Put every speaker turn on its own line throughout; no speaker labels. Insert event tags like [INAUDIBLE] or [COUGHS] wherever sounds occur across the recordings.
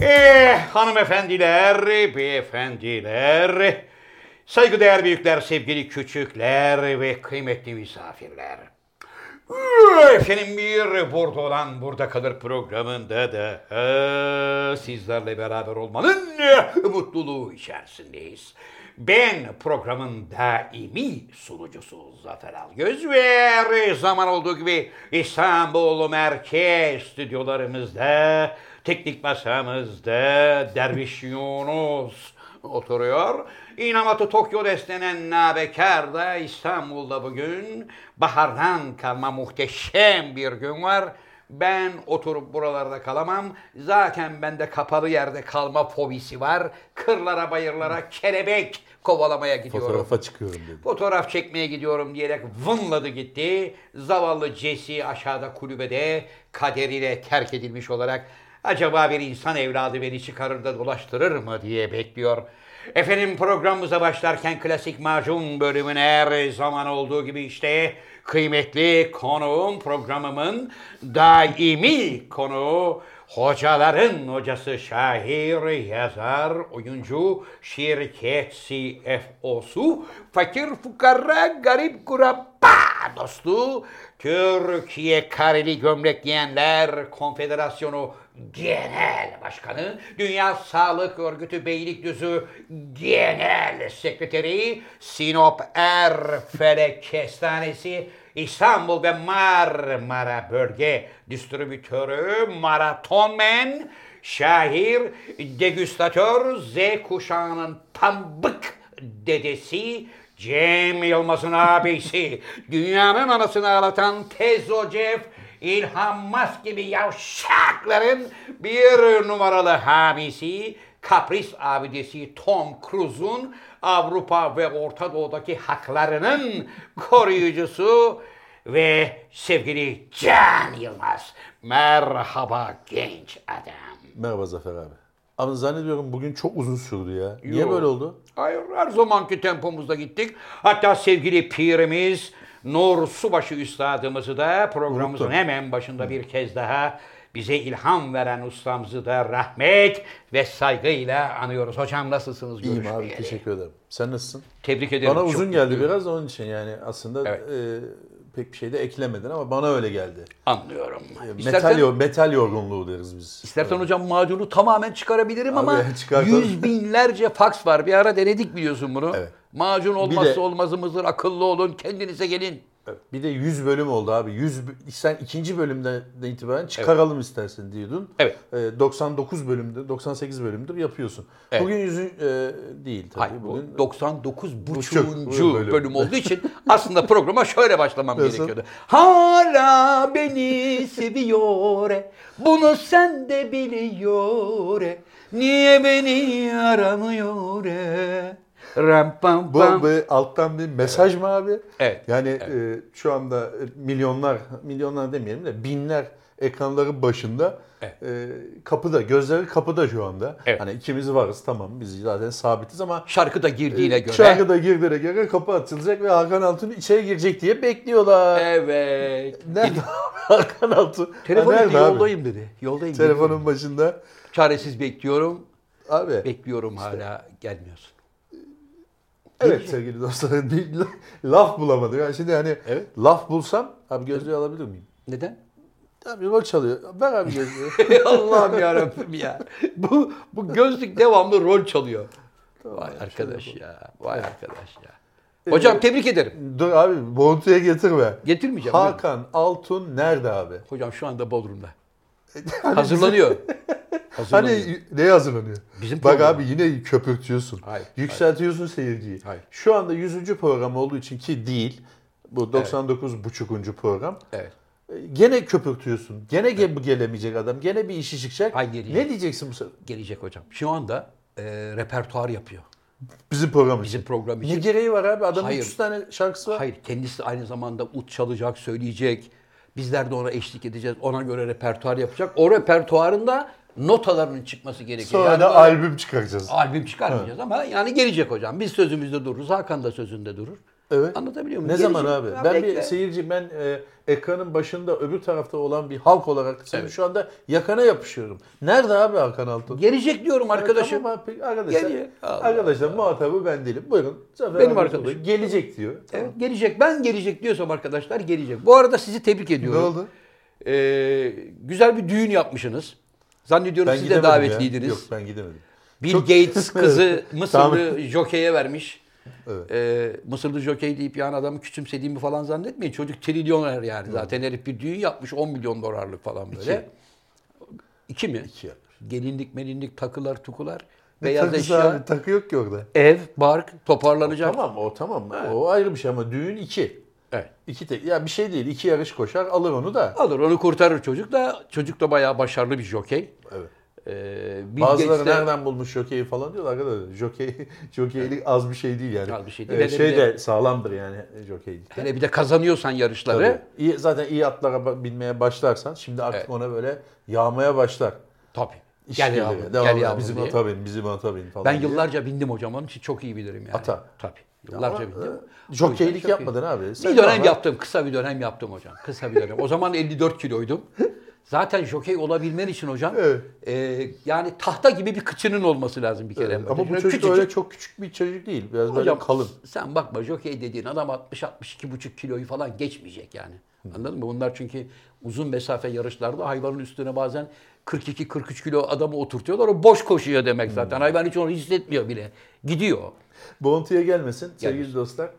Eh, hanımefendiler, beyefendiler, saygıdeğer büyükler, sevgili küçükler ve kıymetli misafirler. Eh, Efendim bir burada olan burada kalır programında da e, sizlerle beraber olmanın e, mutluluğu içerisindeyiz. Ben programın daimi sunucusu Zafer Algöz ve her zaman olduğu gibi İstanbul Merkez stüdyolarımızda, teknik masamızda Derviş Yunus oturuyor. İnamatı Tokyo destenen Nabekar da İstanbul'da bugün bahardan kalma muhteşem bir gün var. Ben oturup buralarda kalamam. Zaten bende kapalı yerde kalma fobisi var. Kırlara bayırlara kelebek kovalamaya gidiyorum.
Fotoğrafa çıkıyorum dedi.
Fotoğraf çekmeye gidiyorum diyerek vınladı gitti. Zavallı Jesse aşağıda kulübede kaderiyle terk edilmiş olarak acaba bir insan evladı beni çıkarır da dolaştırır mı diye bekliyor. Efendim programımıza başlarken klasik macun bölümün her zaman olduğu gibi işte kıymetli konuğum programımın daimi konuğu Hocaların hocası şair, yazar, oyuncu, şirket CFO'su, fakir fukara, garip kurabba dostu, Türkiye Kareli Gömlek Giyenler Konfederasyonu Genel Başkanı, Dünya Sağlık Örgütü Beylikdüzü Genel Sekreteri, Sinop Erfelek Kestanesi, İstanbul ve Marmara Bölge Distribütörü, Maratonmen, şair, degüstatör, Z kuşağının pambık dedesi, Cem Yılmaz'ın abisi, dünyanın anasını ağlatan Tezo Jeff, İlhan Mas gibi yavşakların bir numaralı hamisi, kapris abidesi Tom Cruise'un Avrupa ve Orta Doğu'daki haklarının koruyucusu ve sevgili Can Yılmaz. Merhaba genç adam.
Merhaba Zafer abi. Ama zannediyorum bugün çok uzun sürdü ya. Niye
Yo.
böyle oldu?
Hayır her zamanki tempomuzda gittik. Hatta sevgili pirimiz Nur Subaşı Üstadımızı da programımızın
Unuttum.
hemen başında bir kez daha bize ilham veren ustamızı da rahmet ve saygıyla anıyoruz. Hocam nasılsınız?
İyiyim
Görüşmeyeli.
abi teşekkür ederim. Sen nasılsın?
Tebrik ederim.
Bana
Çok
uzun
mutluyum.
geldi biraz da onun için yani aslında
Evet.
e, pek bir şey de eklemedin ama bana öyle geldi.
Anlıyorum.
E, Metal,
İstersen,
yo- metal yorgunluğu deriz biz.
istersen hocam macunu tamamen çıkarabilirim
Abi, [LAUGHS]
ama
çıkar tabii.
yüz binlerce faks var. Bir ara denedik biliyorsun bunu.
Evet.
Macun olmazsa
de-
olmazımızdır. Akıllı olun, kendinize gelin.
Evet. Bir de 100 bölüm oldu abi. 100 bö- sen ikinci bölümden itibaren çıkaralım istersen diyordun.
Evet.
E, 99 bölümdür, 98 bölümdür yapıyorsun.
Evet.
Bugün yüzün değil tabii.
Hayır,
bugün
bu 99
Buçuk
buçuğuncu
bölüm.
bölüm olduğu için aslında programa şöyle başlamam
Nasıl?
gerekiyordu. Hala beni seviyor, e, bunu sen de biliyor. e, Niye beni aramıyor? e? Ram pam
Bu
pam.
bir alttan bir mesaj mı abi?
Evet.
Yani e, şu anda e, milyonlar, milyonlar demeyelim de binler ekranların başında
Evet.
e, kapıda, gözleri kapıda şu anda.
Evet.
Hani ikimiz varız tamam biz zaten sabitiz ama
Şarkıda
Ee,
girdiğine göre.
şarkıda girdiğine göre kapı açılacak ve Hakan Altun içeri girecek diye bekliyorlar.
Evet.
Nerede abi Hakan Altun? Ha,
Telefonu
nerede
dedi,
abi?
yoldayım dedi. Yoldayım.
Telefonun başında.
dedi. Çaresiz bekliyorum.
Abi.
Bekliyorum hala gelmiyorsun.
Evet sevgili dostlar bir [LAUGHS] la- laf bulamadım. Yani şimdi hani
Evet.
laf bulsam abi gözlüğü alabilir miyim?
Neden?
Abi rol çalıyor. Ver abi
[LAUGHS]
gözlüğü.
Allah'ım ya Rabbim ya. Bu bu gözlük devamlı rol çalıyor. Vay
şey
arkadaş ya. Vay arkadaş ya. Hocam tebrik ederim.
[LAUGHS] Dur abi boğuntuya getirme.
Getirmeyeceğim. buyurun.
Hakan Altun nerede abi?
Hocam şu anda Bodrum'da. Hani Hazırlanıyor. Hazırlanıyor.
[LAUGHS] Hani neye hazırlanıyor?
Bizim
Bak
program.
abi yine köpürtüyorsun.
Hayır,
Yükseltiyorsun seyirciyi.
Hayır.
Şu anda 100. program olduğu için ki değil. Bu 99.5. program.
Evet.
E, Gene köpürtüyorsun. Gene ge- bu gelemeyecek adam. Gene bir işi çıkacak.
Ay, geliyor.
ne diyeceksin bu sefer?
Gelecek hocam. Şu anda e, repertuar yapıyor.
Bizim program için.
Bizim program
Ne
için.
gereği var abi? Adamın
Hayır.
300 tane şarkısı var.
Hayır kendisi aynı zamanda ut çalacak, söyleyecek. Bizler de ona eşlik edeceğiz. Ona göre repertuar yapacak. O repertuarında notalarının çıkması gerekiyor.
Sonra
Yani
da
böyle-
albüm çıkaracağız.
Albüm çıkarmayacağız ama yani gelecek hocam. Biz sözümüzde dururuz. Hakan da sözünde durur.
Evet.
Anlatabiliyor muyum?
Ne zaman
Gelecek-
abi?
Ya
Ben
bekle.
bir seyirci, ben e, ekranın başında öbür tarafta olan bir halk olarak senin
Evet.
şu anda yakana yapışıyorum. Nerede abi Hakan Altun?
Gelecek diyorum arkadaşım.
Tamam abi, arkadaşlar,
Geliyor. Allah
arkadaşlar muhatabı ben değilim. Buyurun. Zafer
Benim
abi
arkadaşım.
Tolga Gelecek diyor.
Evet, gelecek. Ben gelecek diyorsam arkadaşlar gelecek. Bu arada sizi tebrik ediyorum.
Ne oldu?
Ee, güzel bir düğün yapmışsınız. Zannediyorum siz de
gidemedim ya.
davetliydiniz.
Yok ben gidemedim.
Bill
Çok- [LAUGHS]
Gates kızı Mısırlı
Tamam.
jokeye vermiş.
Evet.
Ee, Mısırlı jokey deyip yani adamı küçümsediğimi falan zannetmeyin. Çocuk trilyoner yani zaten herif bir düğün yapmış 10 milyon dolarlık falan böyle. İki, mi?
İki yapmış.
Gelinlik melinlik takılar tukular.
Ne
beyaz
takısı
eşya.
abi? Takı yok ki orada.
Ev, bark toparlanacak.
Tamam o tamam. O ayrı bir şey ama düğün iki.
Evet.
İki tek. Ya bir şey değil. İki yarış koşar alır onu da.
Alır onu kurtarır çocuk da çocuk da bayağı başarılı bir jokey.
Evet.
Ee, Bill
Bazıları
Gates de-
nereden bulmuş jokeyi falan diyorlar arkadaşlar. [LAUGHS] Jokey, jokeylik az bir şey değil yani.
Az bir şey değil.
Ee,
Hele
şey
bir
de sağlamdır yani jokeylik.
Hele bir de kazanıyorsan yarışları.
Tabii. İyi, zaten iyi atlara ba- binmeye başlarsan şimdi artık
Evet. ona
ona böyle yağmaya başlar.
Tabii.
İş
Gel
geliri.
yavrum,
Devamlı
gel yavrum
Bizim
diye.
ata bin, bizim ata bin falan
Ben
diye.
yıllarca bindim hocam onun için çok iyi bilirim yani.
Ata.
Tabii.
Ama,
Yıllarca
e,
bindim. O yüzden
Jokeylik
çok
yapmadın abi.
iyi. Bir dönem yaptım. Kısa bir dönem yaptım hocam. Kısa bir dönem. O zaman 54 kiloydum. Zaten jokey olabilmen için hocam
Evet.
e, yani tahta gibi bir kıçının olması lazım bir kere.
Evet, Ama bu
Şöyle
çocuk
küçücük.
öyle çok küçük bir çocuk değil. Biraz böyle
Hocam
kalın.
Sen bakma jokey dediğin adam 60-62,5 kiloyu falan geçmeyecek yani. Anladın mı? Bunlar çünkü uzun mesafe yarışlarda hayvanın üstüne bazen 42-43 kilo adamı oturtuyorlar. O boş koşuyor demek zaten. Hayvan hiç onu hissetmiyor bile. Gidiyor.
Bontuya gelmesin sevgili
Gelmesin.
dostlar.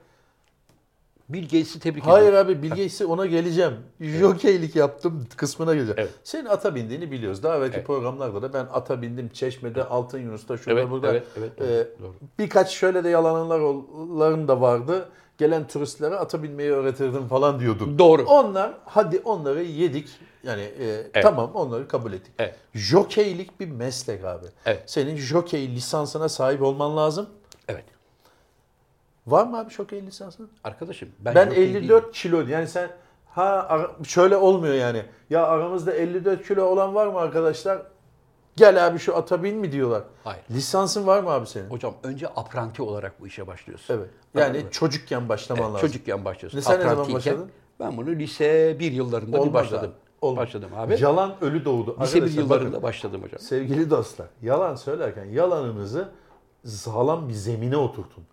Bill Gates'i tebrik
Hayır
ediyorum.
abi Bill Gates'e
[LAUGHS]
ona geleceğim. Jokeylik yaptım kısmına geleceğim.
Evet.
Senin ata bindiğini biliyoruz. Daha evvelki
Evet.
programlarda da ben ata bindim. Çeşme'de, Altın Yunus'ta, şurada
Evet,
burada. Ee,
evet, evet, evet, doğru.
Birkaç şöyle de yalanlarım da vardı. Gelen turistlere ata binmeyi öğretirdim falan diyordum.
Doğru.
Onlar hadi onları yedik. Yani e, tamam onları kabul ettik.
Evet.
Jokeylik bir meslek abi.
Evet.
Senin jokey lisansına sahip olman lazım.
Evet.
Var mı abi jokey lisansın?
Arkadaşım ben,
Ben
jokey
54
değilim.
kilo yani sen ha ara- şöyle olmuyor yani. Ya aramızda 54 kilo olan var mı arkadaşlar? Gel abi şu ata bin mi diyorlar.
Hayır.
Lisansın var mı abi senin?
Hocam önce apranti olarak bu işe başlıyorsun.
Evet.
Anladın
Yani
mı?
çocukken başlaman lazım.
çocukken başlıyorsun.
Ne, sen ne zaman
Aprantiyken.
başladın?
Ben bunu lise bir yıllarında bir
Olmaz
başladım.
abi. Olmaz.
Başladım abi. Lise
Yalan ölü doğdu.
bir
Arkadaşlar
yıllarında
bakın,
başladım hocam.
sevgili dostlar yalan söylerken yalanınızı sağlam bir zemine oturtun.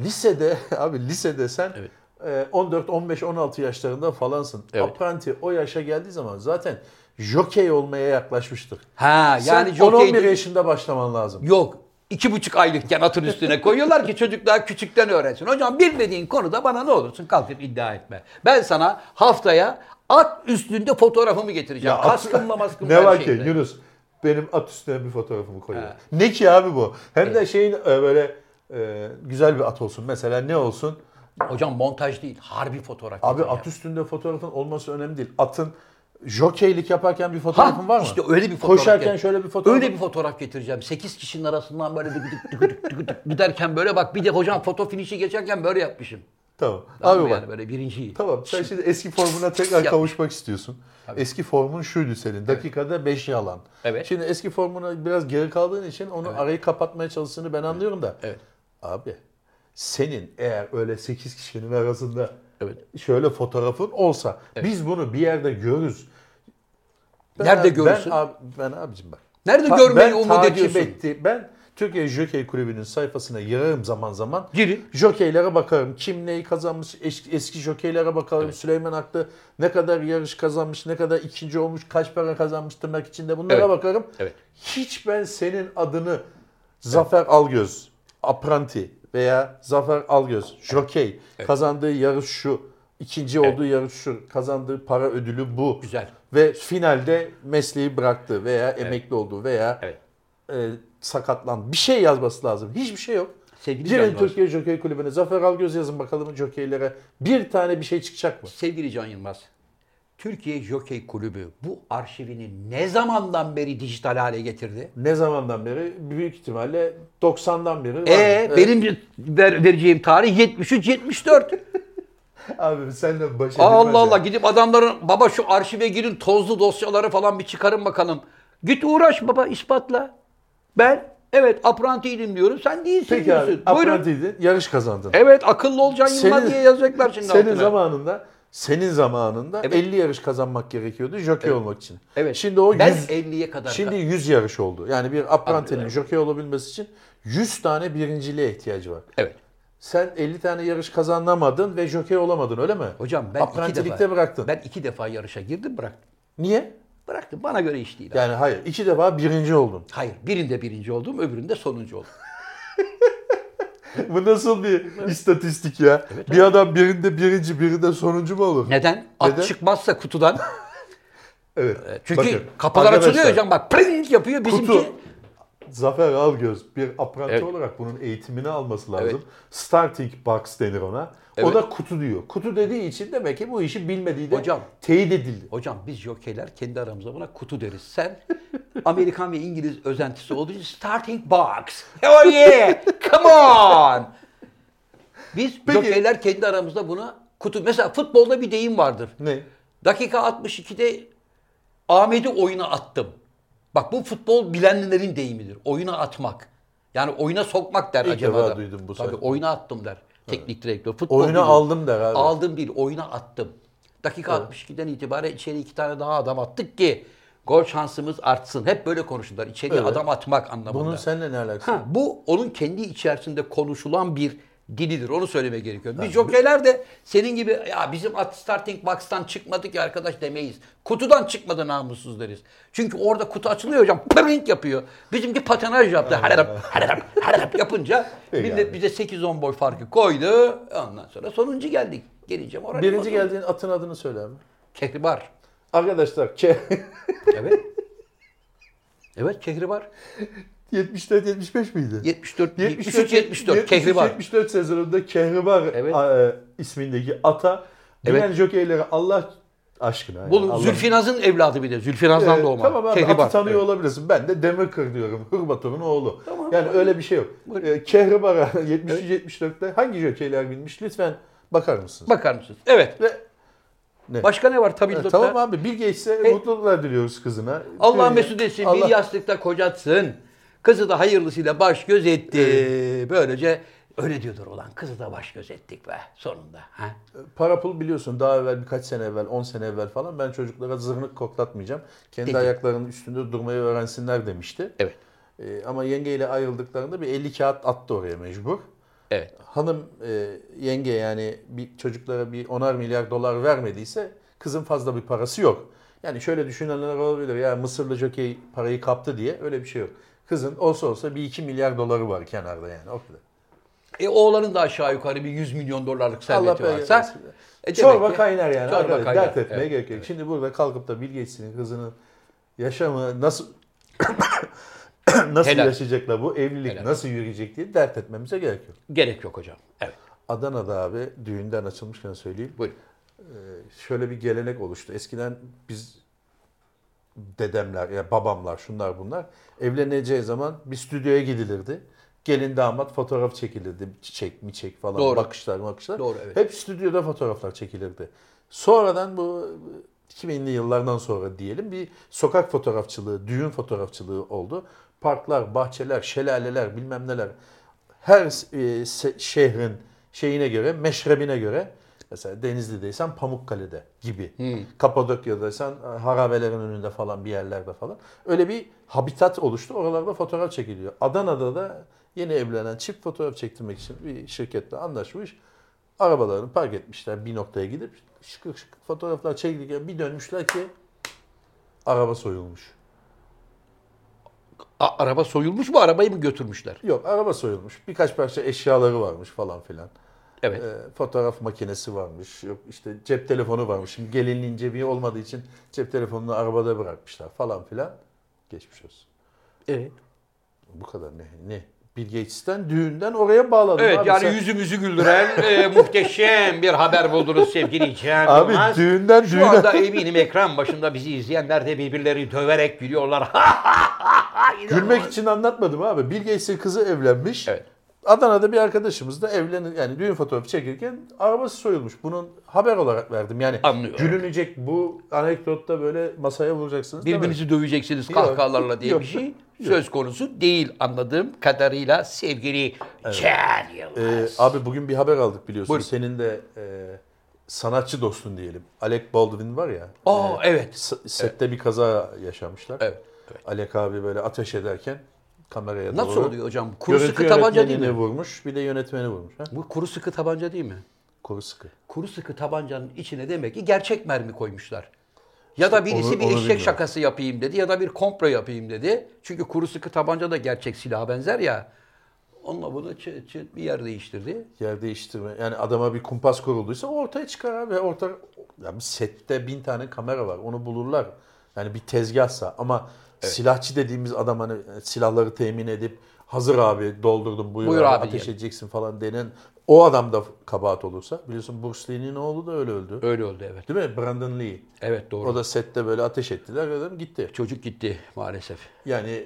Lisede [LAUGHS] abi lisede sen
Evet.
e, 14, 15, 16 yaşlarında falansın.
Evet.
Apprenti o yaşa geldiği zaman zaten jokey olmaya yaklaşmıştır.
Ha yani
Yani Sen 10-11
jokey
yaşında başlaman lazım.
yok. iki buçuk aylıkken atın
[LAUGHS]
üstüne koyuyorlar ki çocuk daha küçükten öğrensin. Hocam bilmediğin konuda bana ne olursun kalkıp iddia etme. Ben sana haftaya at üstünde fotoğrafımı getireceğim.
Ya at- [LAUGHS]
Kaskımla maskımla
ne
her
var ki
şeyle.
Yunus benim at üstüne bir fotoğrafımı koyuyor.
Ha.
Ne ki abi bu? Hem de şeyin e, böyle e, güzel bir at olsun. Mesela ne olsun?
Hocam montaj değil harbi fotoğraf.
Abi
getir ya.
at üstünde fotoğrafın olması önemli değil. Atın jokeylik yaparken bir
Ha,
fotoğrafın var mı?
İşte öyle bir fotoğraf.
Koşarken
getir.
şöyle bir fotoğraf.
Öyle bir fotoğraf getireceğim. 8 kişinin arasından böyle dıgı dıgı dıgı dıgı dıgı dıgı giderken böyle bak bir de hocam foto finişi geçerken böyle yapmışım.
Tamam.
Tamam
abi
mı
bak.
yani böyle birinciyi.
Tamam. Sen şimdi eski formuna tekrar
Ya-
kavuşmak istiyorsun. Eski formun şuydu senin. Dakikada 5 yalan.
Evet.
Şimdi eski formuna biraz geri kaldığın için onu arayı kapatmaya çalıştığını ben anlıyorum da.
Evet.
Abi senin eğer öyle 8 kişinin arasında
Evet.
şöyle fotoğrafın olsa biz bunu bir yerde görürüz.
Nerede
abi-
görürsün?
Ben, abi, ben abicim bak.
Nerede
Ta-
görmeyi
ben
umut
takip
ediyorsun?
etti- Ben Türkiye Jokey Kulübü'nün sayfasına girarım zaman zaman.
Girin.
Jokeylere bakarım. Kim neyi kazanmış, eş- eski jokeylere bakarım. Süleyman Aklı ne kadar yarış kazanmış, ne kadar ikinci olmuş, kaç para kazanmış tırnak içinde bunlara
Evet.
bakarım.
Evet.
Hiç ben senin adını Zafer Algöz, Apranti veya Zafer Algöz, jokey, kazandığı yarış şu, ikinci olduğu yarış şu, kazandığı para ödülü bu.
Güzel.
Ve finalde mesleği bıraktı veya emekli oldu veya
Evet.
e, sakatlandı. Bir şey yazması lazım. Hiçbir şey yok.
Sevgili Can
Girin
Yılmaz.
Türkiye Jokey Kulübü'ne Zafer Algöz yazın bakalım jokeylere. Bir tane bir şey çıkacak mı?
Sevgili Can Yılmaz. Türkiye Jokey Kulübü bu arşivini ne zamandan beri dijital hale getirdi?
Ne zamandan beri? Büyük ihtimalle 90'dan beri. var.
E
Evet.
benim ver- vereceğim tarih 73 74.
[LAUGHS] Abi senle baş edilmez
Allah
ya.
Allah gidip adamların baba şu arşive girin tozlu dosyaları falan bir çıkarın bakalım. Git uğraş baba ispatla. Ben Evet aprantiydim diyorum. Sen değilsin
Peki abi
diyorsun. Buyurun.
aprantiydin, yarış kazandın.
Evet akıllı olacaksın Yılmaz
Senin-
diye yazacaklar şimdi
senin
altına.
zamanında senin zamanında
Evet.
50 yarış kazanmak gerekiyordu jockey olmak için.
Evet.
Şimdi o
ben
100
50'ye kadar.
Şimdi 100 yarış oldu. Yani bir aprantinin
Evet.
jockey olabilmesi için 100 tane birinciliğe ihtiyacı var.
Evet.
Sen 50 tane yarış kazanamadın ve jockey olamadın öyle mi?
Hocam ben iki
Aprantilikte
defa
bıraktın.
Ben iki defa yarışa girdim bıraktım.
Niye?
Bıraktım. Bana göre iş değil. abi.
Yani hayır. iki defa birinci oldun.
Hayır. Birinde birinci oldum, öbüründe sonuncu oldum.
[LAUGHS] Bu nasıl bir istatistik ya? bir adam birinde birinci, birinde sonuncu mu olur?
Neden? At
Neden?
çıkmazsa kutudan.
Evet.
E, Çünkü
Bakın,
kapılar açılıyor
arkadaşlar,
hocam. Bak pling yapıyor bizimki.
Kutu. Zafer Algöz bir apranti
Evet.
olarak bunun eğitimini alması lazım.
Evet.
Starting box denir ona. O
Evet.
da kutu diyor. Kutu dediği için demek ki bu işi bilmediği de
Hocam.
teyit edildi.
Hocam biz jokeyler kendi aramızda buna kutu deriz. Sen Amerikan ve İngiliz özentisi olduğu için starting box. Oh yeah! Come on! Biz
Peki.
jokeyler kendi aramızda buna kutu. Mesela futbolda bir deyim vardır.
Ne?
Dakika 62'de Ahmet'i oyuna attım. Bak bu futbol bilenlerin deyimidir. Oyuna atmak. Yani oyuna sokmak der
İlk
acaba
defa
da.
duydum bu
Tabii
sözü.
oyuna attım der. Teknik direktör. Futbol
Oyunu
biliyor.
aldım der abi.
Aldım değil, oyuna attım. Dakika 62'den itibaren içeri iki tane daha adam attık ki gol şansımız artsın. Hep böyle konuşurlar. İçeriye
Evet.
adam atmak anlamında.
Bunun seninle ne alakası?
Ha, bu onun kendi içerisinde konuşulan bir dilidir. Onu söylemeye gerekiyor. Biz jokeyler de senin gibi ya bizim at starting box'tan çıkmadı ki arkadaş demeyiz. Kutudan çıkmadı namussuz deriz. Çünkü orada kutu açılıyor hocam. Pırink yapıyor. Bizimki patinaj yaptı. Harap harap harap yapınca
[LAUGHS] Peki
millet
abi.
bize 8-10 boy farkı koydu. Ondan sonra sonuncu geldik. Geleceğim oraya.
Birinci geldiğin atın adını söyle abi.
Kehribar.
Arkadaşlar ke [LAUGHS]
Evet. evet Kehribar.
74 75 miydi?
74 73 74 Kehribar.
74 sezonunda Kehribar
Evet.
e, ismindeki ata
Evet.
binen jokeyleri Allah aşkına. yani,
Bu
Allah'ın-
Zülfinaz'ın evladı bir de. Zülfinaz'dan
Ee,
doğma.
Tamam abi
Kehribar.
atı tanıyor
Evet.
olabilirsin. Ben de Demirkır diyorum. Hırbator'un oğlu.
Tamam.
yani öyle bir şey yok.
Buyurun.
Ee, Kehribar'a [LAUGHS] 73-74'te hangi jokeyler binmiş lütfen bakar mısınız?
Bakar mısınız? Evet.
Ve ne?
Başka ne var tabii
Evet,
doktor?
tamam abi bir geçse mutluluklar diliyoruz kızına.
E, Allah
Ee,
mesut etsin.
Allah-
Bir yastıkta kocatsın. Kızı da hayırlısıyla baş göz etti. Böylece öyle diyordur ulan. Kızı da baş göz ettik be sonunda. Ha?
Para pul biliyorsun daha evvel birkaç sene evvel 10 sene evvel falan ben çocuklara zırnık koklatmayacağım. Kendi
Dedi.
ayaklarının üstünde durmayı öğrensinler demişti.
Evet.
Ee, ama yengeyle ayrıldıklarında bir 50 kağıt attı oraya mecbur.
Evet.
Hanım e, yenge yani bir çocuklara bir 10'ar milyar dolar vermediyse kızın fazla bir parası yok. Yani şöyle düşünenler olabilir ya Mısırlı jokey parayı kaptı diye öyle bir şey yok. Kızın olsa olsa bir 2 milyar doları var kenarda yani o kadar.
E oğlanın da aşağı yukarı bir 100 milyon dolarlık serveti
bereket
varsa.
versin.
e, demek
Çorba
ki-
kaynar yani.
Çorba
Arkadaş,
kaynar.
Dert etmeye
Evet,
gerek yok. Şimdi burada kalkıp da Bill Gates'in kızının yaşamı nasıl [COUGHS] nasıl
Helal.
yaşayacaklar bu evlilik
Helal.
nasıl yürüyecek diye dert etmemize gerek yok.
Gerek yok hocam. Evet.
Adana'da abi düğünden açılmışken söyleyeyim.
Buyurun.
Şöyle bir gelenek oluştu. Eskiden biz dedemler ya babamlar şunlar bunlar evleneceği zaman bir stüdyoya gidilirdi. Gelin damat fotoğraf çekilirdi. Çiçek mi çek falan
Doğru.
bakışlar makışlar.
Doğru, evet.
Hep stüdyoda fotoğraflar çekilirdi. Sonradan bu 2000'li yıllardan sonra diyelim bir sokak fotoğrafçılığı, düğün fotoğrafçılığı oldu. Parklar, bahçeler, şelaleler bilmem neler. Her e, se- şehrin şeyine göre, meşrebine göre mesela Denizli'deysen Pamukkale'de gibi. Kapadokya'daysan e, harabelerin önünde falan bir yerlerde falan. Öyle bir habitat oluştu. Oralarda fotoğraf çekiliyor. Adana'da da yeni evlenen çift fotoğraf çektirmek için bir şirketle anlaşmış. Arabalarını park etmişler bir noktaya gidip şıkır şıkır fotoğraflar çekilirken bir dönmüşler ki araba soyulmuş.
A- araba soyulmuş mu? Arabayı mı götürmüşler?
Yok araba soyulmuş. Birkaç parça eşyaları varmış falan filan.
Evet.
Ee, fotoğraf makinesi varmış. Yok işte cep telefonu varmış. Şimdi gelinliğin cebi olmadığı için cep telefonunu arabada bırakmışlar falan filan. Geçmiş olsun.
Evet.
Bu kadar ne? Ne? Bill Gates'ten düğünden oraya bağladım.
Evet
abi.
yani
Sen-
yüzümüzü güldüren e, muhteşem bir haber buldunuz sevgili Cem
Abi
Yılmaz.
düğünden
Şu
düğüne-
anda eminim ekran başında bizi izleyenler de birbirleri döverek gülüyorlar. [LAUGHS]
Gülmek için anlatmadım abi. Bill Gates'in kızı evlenmiş.
Evet.
Adana'da bir arkadaşımız da evlenir yani düğün fotoğrafı çekirken arabası soyulmuş. Bunun haber olarak verdim. Yani
Anlıyorum.
gülünecek bu anekdotta böyle masaya vuracaksınız. demedim.
Birbirinizi döveceksiniz kahkahalarla diye
Yok.
bir şey söz konusu değil anladığım kadarıyla sevgili Can Yılmaz.
Ee, abi bugün bir haber aldık biliyorsun.
Buyurun.
Senin de e, sanatçı dostun diyelim. Alec Baldwin var ya.
Aa, evet.
s- Sette bir kaza yaşamışlar.
Evet,
Alec abi böyle ateş ederken kameraya
Nasıl
doğru.
oluyor hocam? Kuru
Görüntü
sıkı tabanca değil
yönetmenini
mi?
vurmuş bir de yönetmeni vurmuş. Ha?
Bu kuru sıkı tabanca değil mi?
Kuru sıkı.
Kuru sıkı tabancanın içine demek ki gerçek mermi koymuşlar. Ya da birisi
Onu-
bir
onu
eşek
bilmiyorum.
şakası yapayım dedi ya da bir komplo yapayım dedi. Çünkü kuru sıkı tabanca da gerçek silaha benzer ya. Onunla bunu çı- çı- bir yer değiştirdi.
Yer değiştirme. Yani adama bir kumpas kurulduysa o ortaya çıkar abi. Orta, ya bir sette bin tane kamera var. Onu bulurlar. Yani bir tezgahsa ama silahçı dediğimiz adam hani silahları temin edip hazır abi doldurdum buyur,
Buyur
abi,
abi
ateş
diye.
edeceksin falan denen o adam da kabahat olursa biliyorsun Bruce Lee'nin oğlu da öyle öldü.
Öyle oldu evet.
Değil mi? Brandon Lee.
Evet doğru.
O da sette böyle ateş ettiler adam gitti.
Çocuk gitti maalesef.
Yani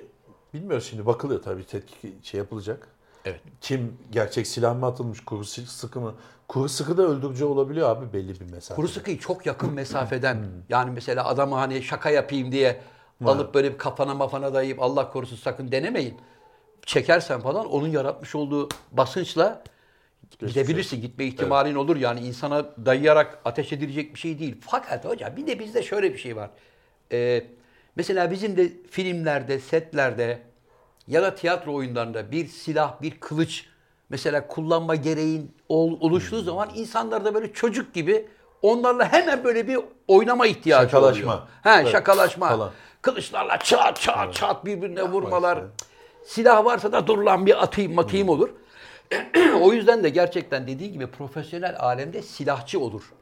bilmiyoruz şimdi bakılıyor tabii tetkik şey yapılacak.
Evet.
Kim gerçek silah mı atılmış, kuru sı- sıkı mı? Kuru sıkı da öldürücü olabiliyor abi belli bir mesafe.
Kuru sıkıyı çok yakın mesafeden
Hmm.
yani mesela adamı hani şaka yapayım diye alıp böyle bir kafana mafana dayayıp Allah korusun sakın denemeyin. Çekersen falan onun yaratmış olduğu basınçla gidebilirsin. Gitme ihtimalin olur yani insana dayayarak ateş edilecek bir şey değil. Fakat hocam bir de bizde şöyle bir şey var. Ee, mesela bizim de filmlerde, setlerde ya da tiyatro oyunlarında bir silah, bir kılıç mesela kullanma gereğin ol- oluştuğu
Hmm.
zaman insanlarda böyle çocuk gibi onlarla hemen böyle bir oynama ihtiyacı
Şakalaşma.
oluyor. Ha,
Evet.
şakalaşma.
Falan.
Kılıçlarla çat çat çat birbirine vurmalar.
işte. Hmm.
Silah varsa da dur lan bir atayım matayım olur. [LAUGHS] o yüzden de gerçekten dediği gibi profesyonel alemde silahçı olur.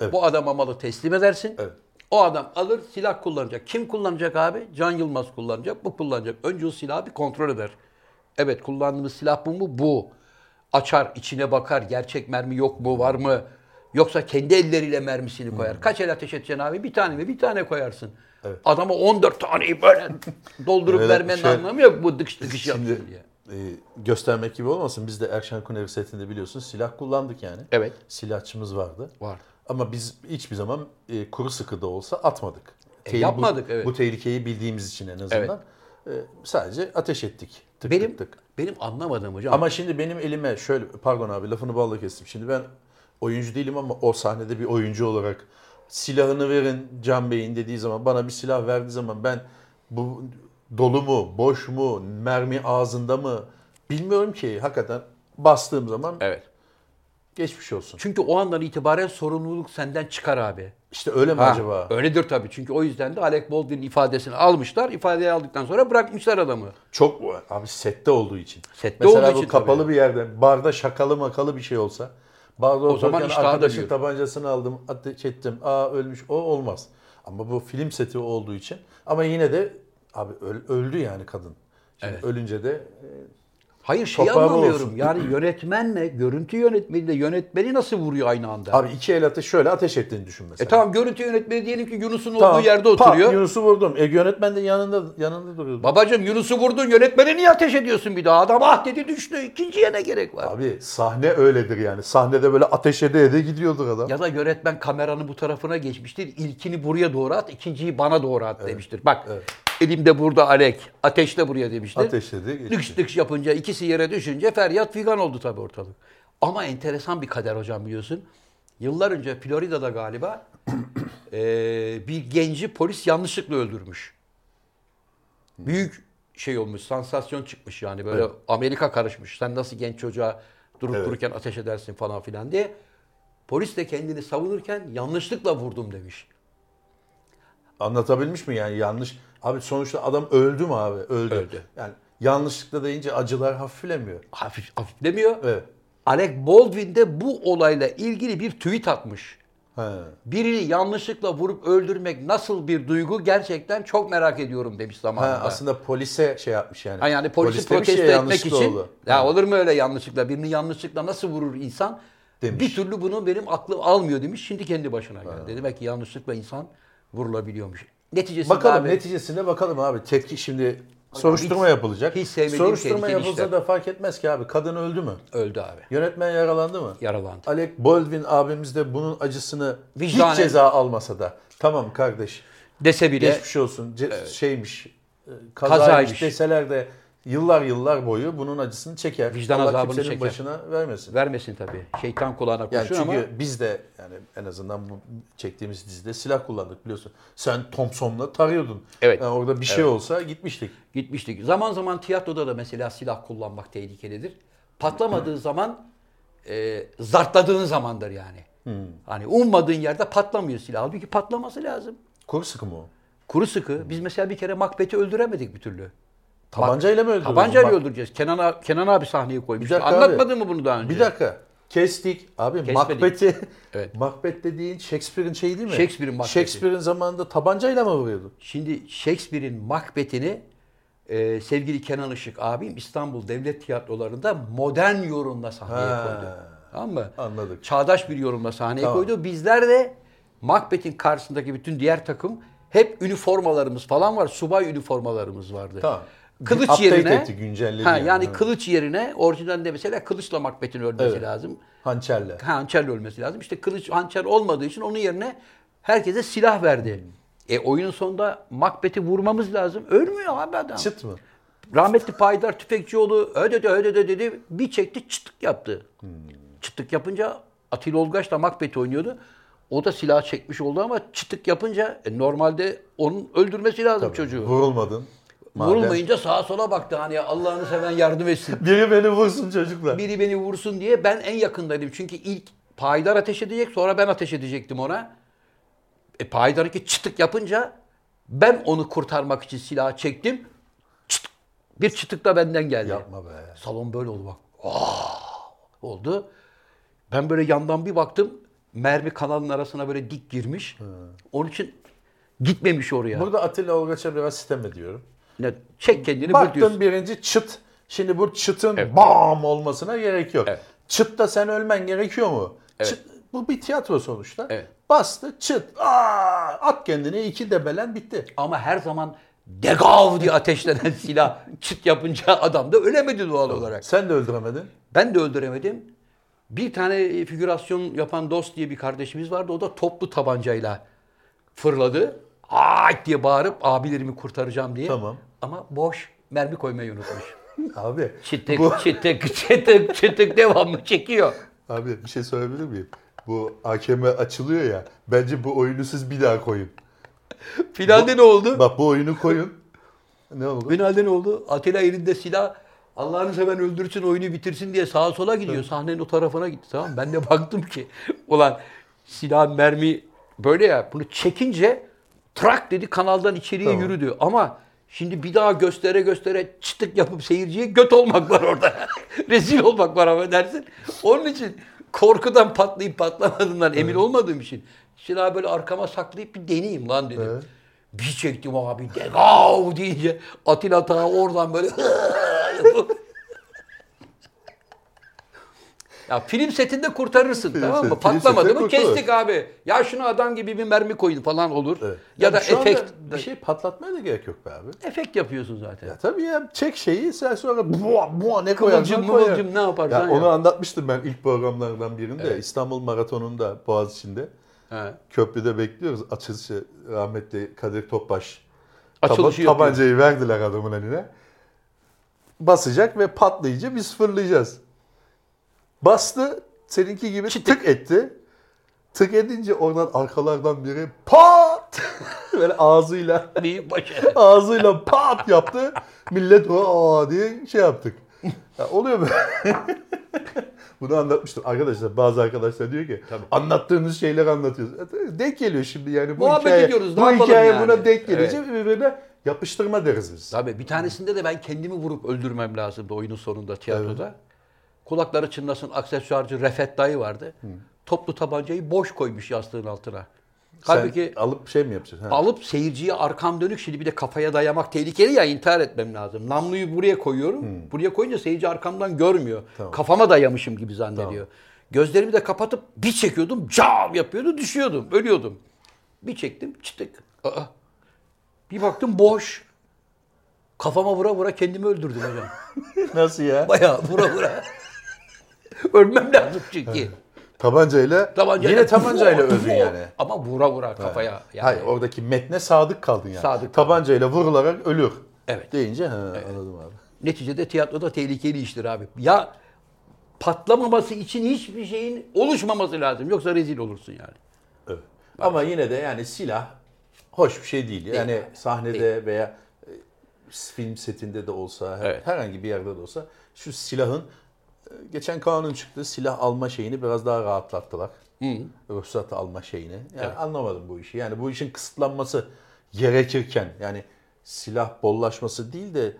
Evet.
Bu adama malı teslim edersin.
Evet.
O adam alır silah kullanacak. Kim kullanacak abi? Can Yılmaz kullanacak. Bu kullanacak. Önce o silahı bir kontrol eder. Evet kullandığımız silah bu mu? Bu. Açar, içine bakar. Gerçek mermi yok mu, var mı? Yoksa kendi elleriyle
Hmm.
mermisini koyar. Kaç el ateş edeceksin abi? Bir tane mi? Bir tane koyarsın. Adama 14 taneyi
[LAUGHS]
böyle doldurup
Öyle
vermenin
şey-
anlamı yok. Bu dıkış dıkış
Şimdi
yapsın şey diye.
e, göstermek gibi olmasın. Biz de Erşen Kuneri setinde biliyorsun silah kullandık yani.
Evet.
Silahçımız vardı.
Var.
Ama biz hiçbir zaman e, kuru sıkı da olsa atmadık. Tehlike-
E, yapmadık,
bu,
evet.
Bu tehlikeyi bildiğimiz için en azından. E, sadece ateş ettik. Tık
Benim
tık tık.
benim anlamadığım hocam.
Ama şimdi benim elime şöyle pardon abi lafını balla kestim. Şimdi ben oyuncu değilim ama o sahnede bir oyuncu olarak silahını verin Can Bey'in dediği zaman bana bir silah verdiği zaman ben bu dolu mu, boş mu, mermi ağzında mı bilmiyorum ki hakikaten bastığım zaman
evet.
geçmiş olsun.
Çünkü o andan itibaren sorumluluk senden çıkar abi.
İşte öyle mi
Ha,
acaba?
Öyledir tabii. Çünkü o yüzden de Alec Baldwin'in ifadesini almışlar. İfadeyi aldıktan sonra bırakmışlar adamı.
Çok abi sette olduğu için.
Sette
Mesela
olduğu
bu
için
kapalı
tabii.
bir yerde barda şakalı makalı bir şey olsa barda o
zaman
zaman
iştahı da
arkadaşın
büyür.
tabancasını aldım ateş ettim aa ölmüş o olmaz. Ama bu film seti olduğu için ama yine de abi öl- öldü yani kadın. Şimdi ölünce de
Hayır şeyi
Toprağın
anlamıyorum.
olsun.
Yani yönetmenle, görüntü yönetmeniyle yönetmeni nasıl vuruyor aynı anda?
abi iki el ateş şöyle ateş ettiğini düşün mesela.
e tamam görüntü yönetmeni diyelim ki Yunus'un
Tamam,
olduğu yerde
pat,
oturuyor.
Yunus'u vurdum. E yönetmen de yanında yanında duruyordu.
Babacım Yunus'u vurdun yönetmeni niye ateş ediyorsun bir daha? Adam ah dedi düştü. İkinciye ne gerek var?
Abi sahne öyledir yani. Sahnede böyle ateş ede ede gidiyordur adam.
Ya da yönetmen kameranın bu tarafına geçmiştir. İlkini buraya doğru at, ikinciyi bana doğru at demiştir. Bak elimde burada alek, ateş de buraya demiştir.
Ateşledi, geçti.
Lüks lüks yapınca ikisi yere düşünce feryat figan oldu tabii ortalık. Ama enteresan bir kader hocam biliyorsun. Yıllar önce Florida'da galiba [CLEARS THROAT] eee, bir genci polis yanlışlıkla öldürmüş. Büyük şey olmuş, sansasyon çıkmış yani böyle
Evet.
Amerika karışmış. Sen nasıl genç çocuğa durup
Evet.
dururken ateş edersin falan filan diye. Polis de kendini savunurken yanlışlıkla vurdum demiş.
Anlatabilmiş mi yani yanlış? Abi sonuçta adam öldü mü abi? Öldü.
Öldü.
Yani yanlışlıkla deyince acılar hafiflemiyor.
Hafif, hafif demiyor.
Evet.
Alec Baldwin de bu olayla ilgili bir tweet atmış.
He.
Birini yanlışlıkla vurup öldürmek nasıl bir duygu gerçekten çok merak ediyorum demiş
Ha,
zamanında.
aslında polise şey yapmış yani.
Ha yani polisi
Polis demiş ya,
protesto etmek
yanlışlıkla
için
oldu.
ya olur mu öyle yanlışlıkla birini yanlışlıkla nasıl vurur insan?
Demiş.
Bir türlü bunu benim aklım almıyor demiş. Şimdi kendi başına geldi. Demek ki yanlışlıkla insan vurulabiliyormuş. Neticesinde
Bakalım
abi,
neticesine bakalım abi. Tetki şimdi soruşturma
hiç-
yapılacak.
hiç sevmediğim
soruşturma
tehlikeli
yapılsa
işler.
da fark etmez ki abi. Kadın öldü mü?
öldü abi.
Yönetmen yaralandı mı?
Yaralandı.
Alec Baldwin abimiz de bunun acısını
Vicdanen-
hiç ceza almasa da. Tamam kardeş.
Dese bile
Geçmiş olsun. Ce- Şeymiş. e,
Kazaymış.
kazaymış deseler de yıllar yıllar boyu bunun acısını çeker.
Vicdan
Allah
azabını
kimsenin
çeker.
başına vermesin.
Vermesin tabii. Şeytan kulağına
Yani
kurşun
çünkü
ama
biz de yani en azından bu çektiğimiz dizide silah kullandık biliyorsun. Sen Thompson'la tarıyordun.
Evet.
Yani orada bir şey olsa gitmiştik.
gitmiştik. Zaman zaman tiyatroda da mesela silah kullanmak tehlikelidir. Patlamadığı zaman e, zartladığın zamandır yani.
Hmm.
Hani ummadığın yerde patlamıyor silah. Halbuki patlaması lazım.
Kuru sıkı mı o?
Kuru sıkı. Biz mesela bir kere Macbeth'i öldüremedik bir türlü.
Tabancayla mı öldürdün?
Tabancayla
Bak,
öldüreceğiz. Kenan, a- Kenan abi sahneyi
Bir
koymuş.
dakika abi.
Anlatmadın mı bunu daha önce?
Bir dakika. Kestik. Abi
Kesmedik.
Macbeth'i.
[LAUGHS] Evet.
Macbeth dediğin Shakespeare'in şeyi değil mi?
Shakespeare'in Macbeth'i.
Shakespeare'in zamanında tabancayla mı vuruyordu?
Şimdi Shakespeare'in Macbeth'ini e, sevgili Kenan Işık abim İstanbul Devlet Tiyatroları'nda modern yorumla sahneye
Ha.
koydu. Tamam mı?
Anladık.
Çağdaş bir yorumla sahneye
Tamam.
koydu. Bizler de Macbeth'in karşısındaki bütün diğer takım hep üniformalarımız falan var. Subay üniformalarımız vardı.
Tamam.
Kılıç
Update
yerine
etti, güncelledi
Ha,
yani.
yani,
Ha.
kılıç yerine orijinalde mesela kılıçla Macbeth'in ölmesi
Evet.
lazım.
Hançerle.
Ha, hançerle ölmesi lazım. İşte kılıç hançer olmadığı için onun yerine herkese silah verdi. E oyunun sonunda Macbeth'i vurmamız lazım. Ölmüyor abi adam.
Çıt mı?
Rahmetli Paydar Tüfekçioğlu ödedi ödedi dedi. Bir çekti çıtık yaptı.
Hmm.
Çıtık yapınca Atilla Olgaç da Macbeth'i oynuyordu. O da silah çekmiş oldu ama çıtık yapınca e, normalde onun öldürmesi lazım çocuğu.
Vurulmadın. Madem-
Vurulmayınca sağa sola baktı hani Allah'ını seven yardım etsin.
Biri beni vursun çocuklar.
Biri beni vursun diye ben en yakındaydım. Çünkü ilk Paydar ateş edecek sonra ben ateş edecektim ona. E, Paydar iki çıtık yapınca ben onu kurtarmak için silahı çektim. Çıtık. Bir çıtık da benden geldi.
Yapma be.
Salon böyle oldu bak. Ah! oldu. Ben böyle yandan bir baktım. Mermi kanalın arasına böyle dik girmiş. Onun için gitmemiş oraya.
Burada Atilla Olgaç'a biraz sitem ediyorum.
Ne, çek kendini bul diyorsun.
Baktın birinci çıt. Şimdi bu çıtın bam olmasına gerek yok.
Evet.
Çıtta sen ölmen gerekiyor mu? Çıt- bu bir tiyatro sonuçta.
Evet.
Bastı çıt. Aa, at kendini iki debelen bitti.
Ama her zaman degav [LAUGHS] diye ateşlenen silah çıt yapınca adam da ölemedi doğal olarak.
Sen de öldüremedin.
Ben de öldüremedim. Bir tane e, figürasyon yapan dost diye bir kardeşimiz vardı. O da toplu tabancayla fırladı. Ay diye bağırıp abilerimi kurtaracağım diye.
Tamam.
Ama boş mermi koymayı [LAUGHS] unutmuş.
Abi.
Çıtık
bu-
çıtık çıtık çıtık devamlı çekiyor.
Abi bir şey söyleyebilir miyim? Bu AKM açılıyor ya. Bence bu oyunu siz bir daha koyun.
Finalde ne oldu?
Bak bu oyunu koyun. Ne oldu?
Finalde ne oldu? Atilla elinde silah Allah'ını seven öldürsün oyunu bitirsin diye sağa sola gidiyor. Sahnenin o tarafına gitti tamam mı? Ben de baktım ki ulan silah mermi böyle ya bunu çekince trak dedi kanaldan içeriye
Tamam.
yürüdü. Ama şimdi bir daha göstere göstere çıtık yapıp seyirciye göt olmak var orada. [LAUGHS] Rezil olmak var affedersin. Onun için korkudan patlayıp patlamadığından emin olmadığım için silahı böyle arkama saklayıp bir deneyeyim lan dedim.
Evet.
Bir çektim abi degav deyince Atilla ta oradan böyle [LAUGHS] yapıp- Ya film setinde kurtarırsın tamam mı?
set- film
Patlamadı
setinde
mı
kurtarır.
kestik abi. Ya şunu adam gibi bir mermi koyun falan olur.
Evet.
Ya da
şu anda
efekt
Bir şey patlatmaya da gerek yok be abi.
efekt yapıyorsun zaten.
Ya tabii ya çek şeyi sen sonra bua bua ne
Kıvılcım
koyarsan koyar.
mıvılcım ne yaparsan
Ya onu
yap.
anlatmıştım ben ilk programlardan birinde. İstanbul Maratonu'nda Boğaziçi'nde.
He.
Köprüde bekliyoruz. Açılışı rahmetli Kadir Topbaş.
Açılışı
Taba-
yapıyor.
tabancayı verdiler adamın eline. Basacak ve patlayınca biz fırlayacağız. Bastı. Seninki gibi tık etti. Tık edince oradan arkalardan biri pat [LAUGHS] böyle ağzıyla
Bir başa.
ağzıyla pat yaptı. Millet aa diye şey yaptık. Ya oluyor böyle. [LAUGHS] Bunu anlatmıştım. Arkadaşlar bazı arkadaşlar diyor ki anlattığınız şeyleri anlatıyoruz. E, tabii denk geliyor şimdi yani bu
Muhabbet
hikaye.
ediyoruz, ne
bu
yapalım
hikaye
yani?
buna denk
Evet.
gelince birbirine yapıştırma deriz biz.
Tabii bir tanesinde de ben kendimi vurup öldürmem lazımdı oyunun sonunda tiyatroda. Kulakları çınlasın aksesuarcı Refet dayı vardı. Toplu tabancayı boş koymuş yastığın altına. Halbuki
Sen alıp şey mi yapacaksın?
[LAUGHS]
Ha.
alıp seyirciye arkam dönük şimdi bir de kafaya dayamak tehlikeli ya intihar etmem lazım. Namluyu buraya koyuyorum.
Hmm.
Buraya koyunca seyirci arkamdan görmüyor. Kafama dayamışım gibi zannediyor. Gözlerimi de kapatıp bir çekiyordum. Cam yapıyordu düşüyordum. Ölüyordum. Bir çektim çıtık. Aa. Bir baktım boş. Kafama vura vura kendimi öldürdüm hocam.
[LAUGHS] Nasıl ya?
Bayağı vura vura. Ölmem lazım çünkü.
Tabancayla,
Tabancayla
yine
[LAUGHS]
tabancayla
vur,
öldün
vur.
yani.
Ama vura vura kafaya. Yani.
Hayır oradaki metne sadık kaldın yani.
Sadık
Tabancayla vurularak ölür.
Evet.
Deyince ha, anladım abi.
Neticede tiyatroda tehlikeli iştir abi. Ya patlamaması için hiçbir şeyin oluşmaması lazım. Yoksa rezil olursun yani.
Evet. Ama yine de yani silah hoş bir şey değil. Yani
abi,
sahnede veya e, film setinde de olsa her-
Evet.
herhangi bir yerde de olsa şu silahın e, geçen kanun çıktı. Silah alma şeyini biraz daha rahatlattılar. Ruhsat alma şeyini. Yani anlamadım bu işi. Yani bu işin kısıtlanması gerekirken yani silah bollaşması değil de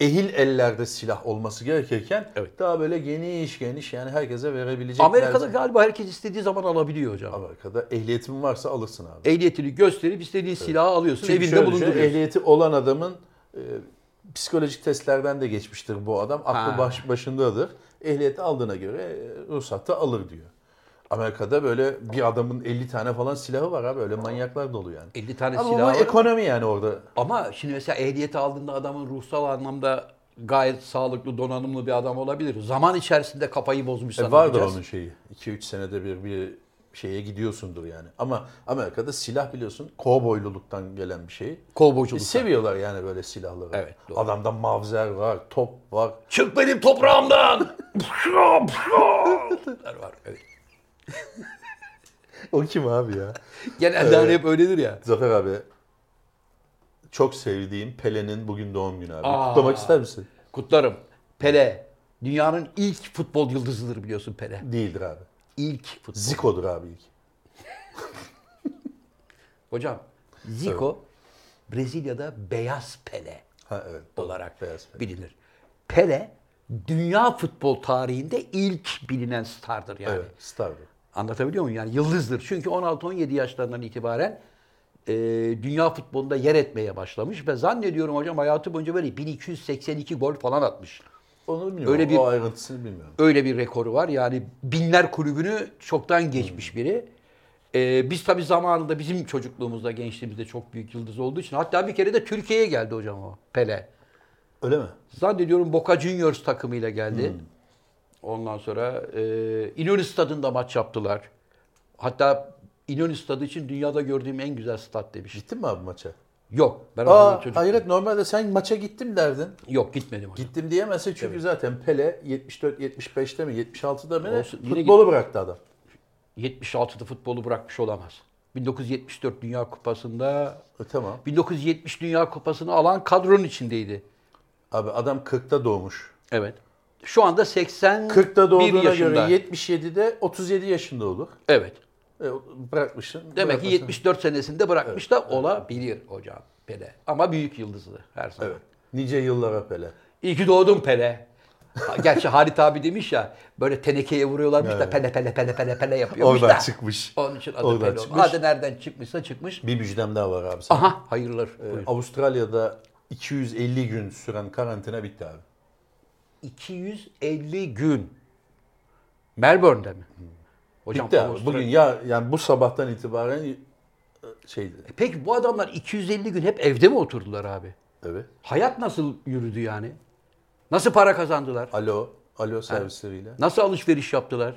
ehil ellerde silah olması gerekirken
Evet.
daha böyle geniş geniş yani herkese verebilecek
Amerika'da galiba herkes istediği zaman alabiliyor hocam.
Amerika'da ehliyetin varsa alırsın abi.
Ehliyetini gösterip istediğin silahı alıyorsun,
Çünkü
evinde
şöyle şey, düşün,
bulunduruyorsun.
Ehliyeti olan adamın e, psikolojik testlerden de geçmiştir bu adam. Aklı
Ha.
baş, başındadır. Ehliyeti aldığına göre e, ruhsatı alır diyor. Amerika'da böyle bir adamın 50 tane falan silahı var abi. Öyle manyaklar dolu yani.
50 tane
Ama
silah
bu
var.
ekonomi yani orada.
Ama şimdi mesela ehliyeti aldığında adamın ruhsal anlamda gayet sağlıklı, donanımlı bir adam olabilir. Zaman içerisinde kafayı bozmuş
E,
e,
vardır onun şeyi. 2-3 senede bir bir şeye gidiyorsundur yani. Ama Amerika'da silah biliyorsun kovboyluluktan gelen bir şey. E,
Kovboculuk.
seviyorlar yani böyle silahları.
Evet, doğru.
Adamda mavzer var, top var.
Çık benim
[LAUGHS]
toprağımdan! Bunlar var. Evet.
O kim abi ya?
Genelde hani hep öyledir ya.
Zafer abi çok sevdiğim Pele'nin bugün doğum günü abi.
Aa.
Kutlamak ister misin?
Kutlarım. Pele. Dünyanın ilk futbol yıldızıdır biliyorsun Pele.
Değildir abi.
İlk futbol.
Zico'dur abi ilk.
Hocam Zico Brezilya'da beyaz Pele
Ha evet.
olarak
Beyaz Pele.
bilinir. Pele dünya futbol tarihinde ilk bilinen stardır yani.
Evet, stardır.
Anlatabiliyor muyum? Yani yıldızdır. Çünkü 16-17 yaşlarından itibaren e, dünya futbolunda yer etmeye başlamış ve zannediyorum hocam hayatı boyunca böyle 1282 gol falan atmış.
Onu bilmiyorum.
Öyle
Öyle
bir-
bir... O ayrıntısını bilmiyorum.
Öyle bir rekoru var. Yani binler kulübünü çoktan geçmiş biri. E, biz tabii zamanında bizim çocukluğumuzda, gençliğimizde çok büyük yıldız olduğu için hatta bir kere de Türkiye'ye geldi hocam o Pele.
Öyle mi?
Zannediyorum Boca Juniors takımıyla geldi. Ondan sonra e, İnönü Stadı'nda maç yaptılar. Hatta İnönü Stadı için dünyada gördüğüm en güzel stat demiş.
Gittin mi abi maça?
Yok ben o zaman
Aa,
çocuk.
hayret normalde sen maça gittim derdin.
Yok gitmedim hocam.
Gittim diyemezsin çünkü zaten Pele 74-75'te mi 76'da mı ne
Olsun, yine
futbolu bıraktı adam.
76'da futbolu bırakmış olamaz. 1974 Dünya Kupası'nda
E, tamam.
1970 Dünya Kupası'nı alan kadronun içindeydi.
Abi adam 40'ta doğmuş.
Evet. Şu anda 80
40'ta doğduğuna
yaşında.
göre 77'de 37 yaşında olur.
Evet.
E, bırakmışsın.
Demek ki
bırakmasın.
74 senesinde bırakmış da olabilir hocam Pele. Ama büyük yıldızı her zaman.
Evet. Nice yıllara Pele.
İyi ki doğdun Pele. Ha, Gerçi Halit abi demiş ya böyle tenekeye vuruyorlarmış da pele pele pele pele pele yapıyormuş
Oradan
da.
çıkmış.
Onun için adı
Oradan
Pele olmuş.
çıkmış.
Adı nereden çıkmışsa çıkmış.
Bir müjdem daha var abi sana. E,
Aha hayırlar. Buyurun.
Avustralya'da 250 gün süren karantina bitti abi.
250 gün. Melbourne'de mi? Hocam
Bitti abi.
Avustra-
Bugün ya yani bu sabahtan itibaren e, şeydi.
Peki bu adamlar 250 gün hep evde mi oturdular abi?
Evet.
Hayat nasıl yürüdü yani? Nasıl para kazandılar?
Alo, alo servisleriyle.
Nasıl alışveriş yaptılar?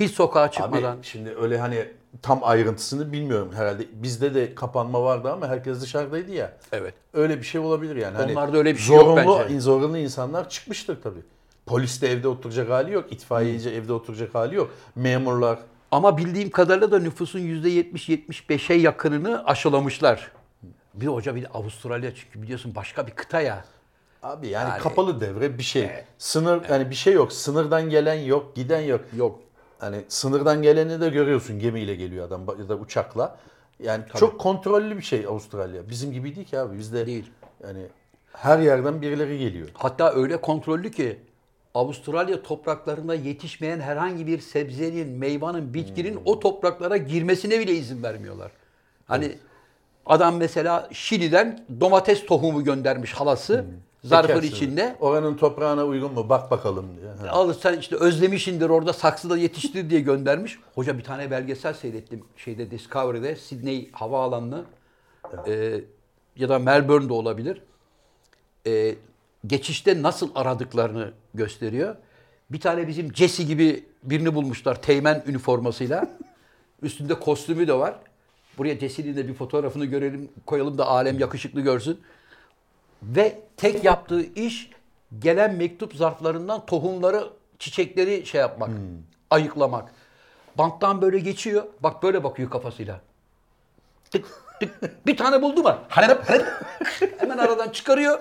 Hiç sokağa
Abi
çıkmadan.
şimdi öyle hani tam ayrıntısını bilmiyorum herhalde. Bizde de kapanma vardı ama herkes dışarıdaydı ya.
Evet.
Öyle bir şey olabilir yani. Hani
Onlarda öyle bir şey yok
zorunlu-
bence.
Zorunlu insanlar çıkmıştır tabii. Polis de evde oturacak hali yok. itfaiyeci evde oturacak hali yok. Memurlar.
Ama bildiğim kadarıyla da nüfusun %70-75'e yakınını aşılamışlar. Bir hoca bir de Avustralya çünkü biliyorsun başka bir kıta ya.
Abi yani,
Yani-
kapalı devre bir şey. Sınır yani bir şey yok. Sınırdan gelen yok, giden yok.
Yok.
Hani sınırdan geleni de görüyorsun gemiyle geliyor adam ba- ya da uçakla. Yani çok kontrollü bir şey Avustralya. Bizim gibi değil ki abi. Bizde
Değil.
Yani her yerden birileri geliyor.
Hatta öyle kontrollü ki Avustralya topraklarında yetişmeyen herhangi bir sebzenin, meyvanın, bitkinin o topraklara girmesine bile izin vermiyorlar. Hani adam mesela Şili'den domates tohumu göndermiş halası zarfın
Bakarsın.
içinde.
Oranın toprağına uygun mu? Bak bakalım diye. Ha.
Al sen işte özlemişindir orada saksıda yetiştir diye göndermiş. Hoca bir tane belgesel seyrettim şeyde Discovery'de Sydney havaalanını e, ya da Melbourne'de olabilir. E, geçişte nasıl aradıklarını gösteriyor. Bir tane bizim Jesse gibi birini bulmuşlar teğmen üniformasıyla. Üstünde kostümü de var. Buraya Jesse'nin de bir fotoğrafını görelim koyalım da alem yakışıklı görsün. Ve tek yaptığı iş gelen mektup zarflarından tohumları, çiçekleri şey yapmak, ayıklamak. Banttan böyle geçiyor. Bak böyle bakıyor kafasıyla. Tık tık. Bir tane buldu mu? Harap, harap. Hemen aradan çıkarıyor.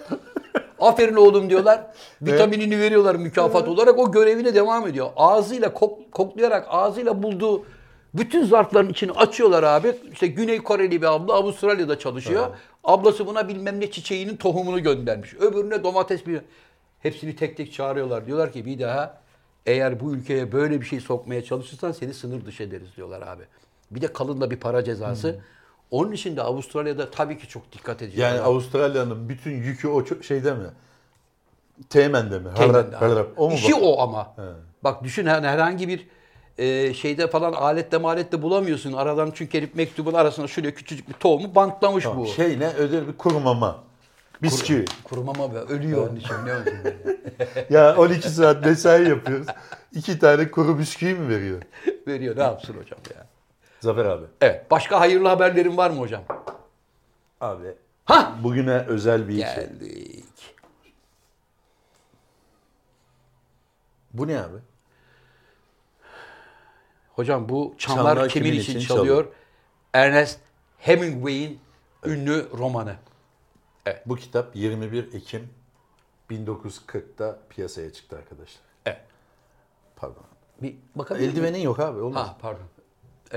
Aferin oğlum diyorlar. Vitaminini veriyorlar mükafat olarak. O görevine devam ediyor. Ağzıyla kok- koklayarak ağzıyla bulduğu bütün zarfların içini açıyorlar abi. İşte Güney Koreli bir abla Avustralya'da çalışıyor. Ablası buna bilmem ne çiçeğinin tohumunu göndermiş. Öbürüne domates bir hepsini tek tek çağırıyorlar. Diyorlar ki bir daha eğer bu ülkeye böyle bir şey sokmaya çalışırsan seni sınır dışı ederiz diyorlar abi. Bir de kalın da bir para cezası. Onun için de Avustralya'da tabii ki çok dikkat edecekler.
Hmm. Yani Avustralya'nın bütün yükü o ço- şeyde mi? Teğmen'de mi?
Teğmen'de
Harap,
abi.
harap. O mu?
İşi
bak-
o ama. Bak düşün hani herhangi bir e, şeyde falan aletle maletle bulamıyorsun. Aradan çünkü herif mektubun arasına şöyle küçücük bir tohumu bantlamış bu.
Şey ne? Ödül bir kurumama. Bisküvi. [LAUGHS]
Kurumama be ölüyor onun için. Ne oldu?
ya 12 saat mesai yapıyoruz. İki tane kuru bisküvi mi veriyor?
Veriyor ne yapsın hocam ya.
Zafer abi.
Evet başka hayırlı haberlerin var mı hocam?
Abi.
Ha
Bugüne özel bir şey.
geldik.
Bu ne abi?
Hocam bu çanlar,
Çanlar
kimin,
kimin
için,
için
çalıyor?
çalıyor?
Ernest Hemingway'in ünlü romanı.
Bu kitap 21 Ekim 1940'ta piyasaya çıktı arkadaşlar.
Evet.
Pardon.
Bir bakabilir miyim?
Eldivenin yok abi. Olmaz.
Ha pardon.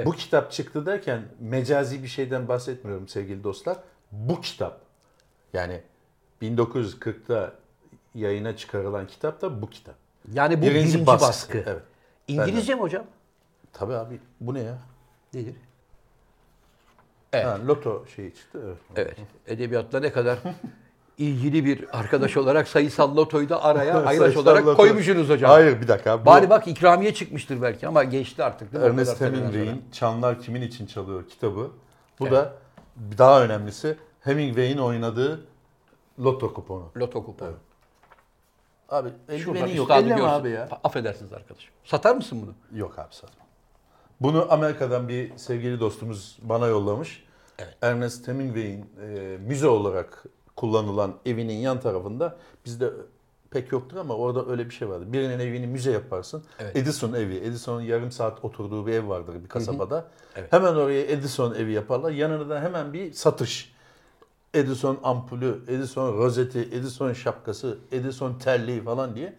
Bu kitap çıktı derken mecazi bir şeyden bahsetmiyorum sevgili dostlar. Bu kitap yani 1940'ta yayına çıkarılan kitap da bu kitap.
Yani bu
Birinci
birinci, baskı.
baskı. Evet.
İngilizce mi hocam?
Tabii abi bu ne ya?
Nedir?
Ha, loto şeyi çıktı. Evet.
Evet. Edebiyatla ne kadar ilgili bir arkadaş olarak sayısal lotoyu da
[LAUGHS]
araya ayraç
Sayısal
olarak
loto.
koymuşsunuz hocam.
Hayır bir dakika. Bu
Bari bak ikramiye çıkmıştır belki ama geçti artık değil mi? O kadar
Ernest
seneden sonra.
Hemingway'in Çanlar Kimin İçin Çalıyor kitabı. Bu da daha önemlisi Hemingway'in oynadığı loto kuponu.
Loto kuponu.
Abi
Şuradan
eldiveni yok.
üstadı
Elleme
görsün.
abi ya.
Pa- Affedersiniz arkadaşım. Satar mısın bunu?
Yok abi satmam. Bunu Amerika'dan bir sevgili dostumuz bana yollamış. Ernest Hemingway'in e, müze olarak kullanılan evinin yan tarafında bizde pek yoktur ama orada öyle bir şey vardı. Birinin evini müze yaparsın.
Evet.
Edison evi. Edison'un yarım saat oturduğu bir ev vardır bir kasabada.
Evet.
Hemen oraya Edison evi yaparlar. Yanına da hemen bir satış. Edison ampulü, Edison rozeti, Edison şapkası, Edison terliği falan diye.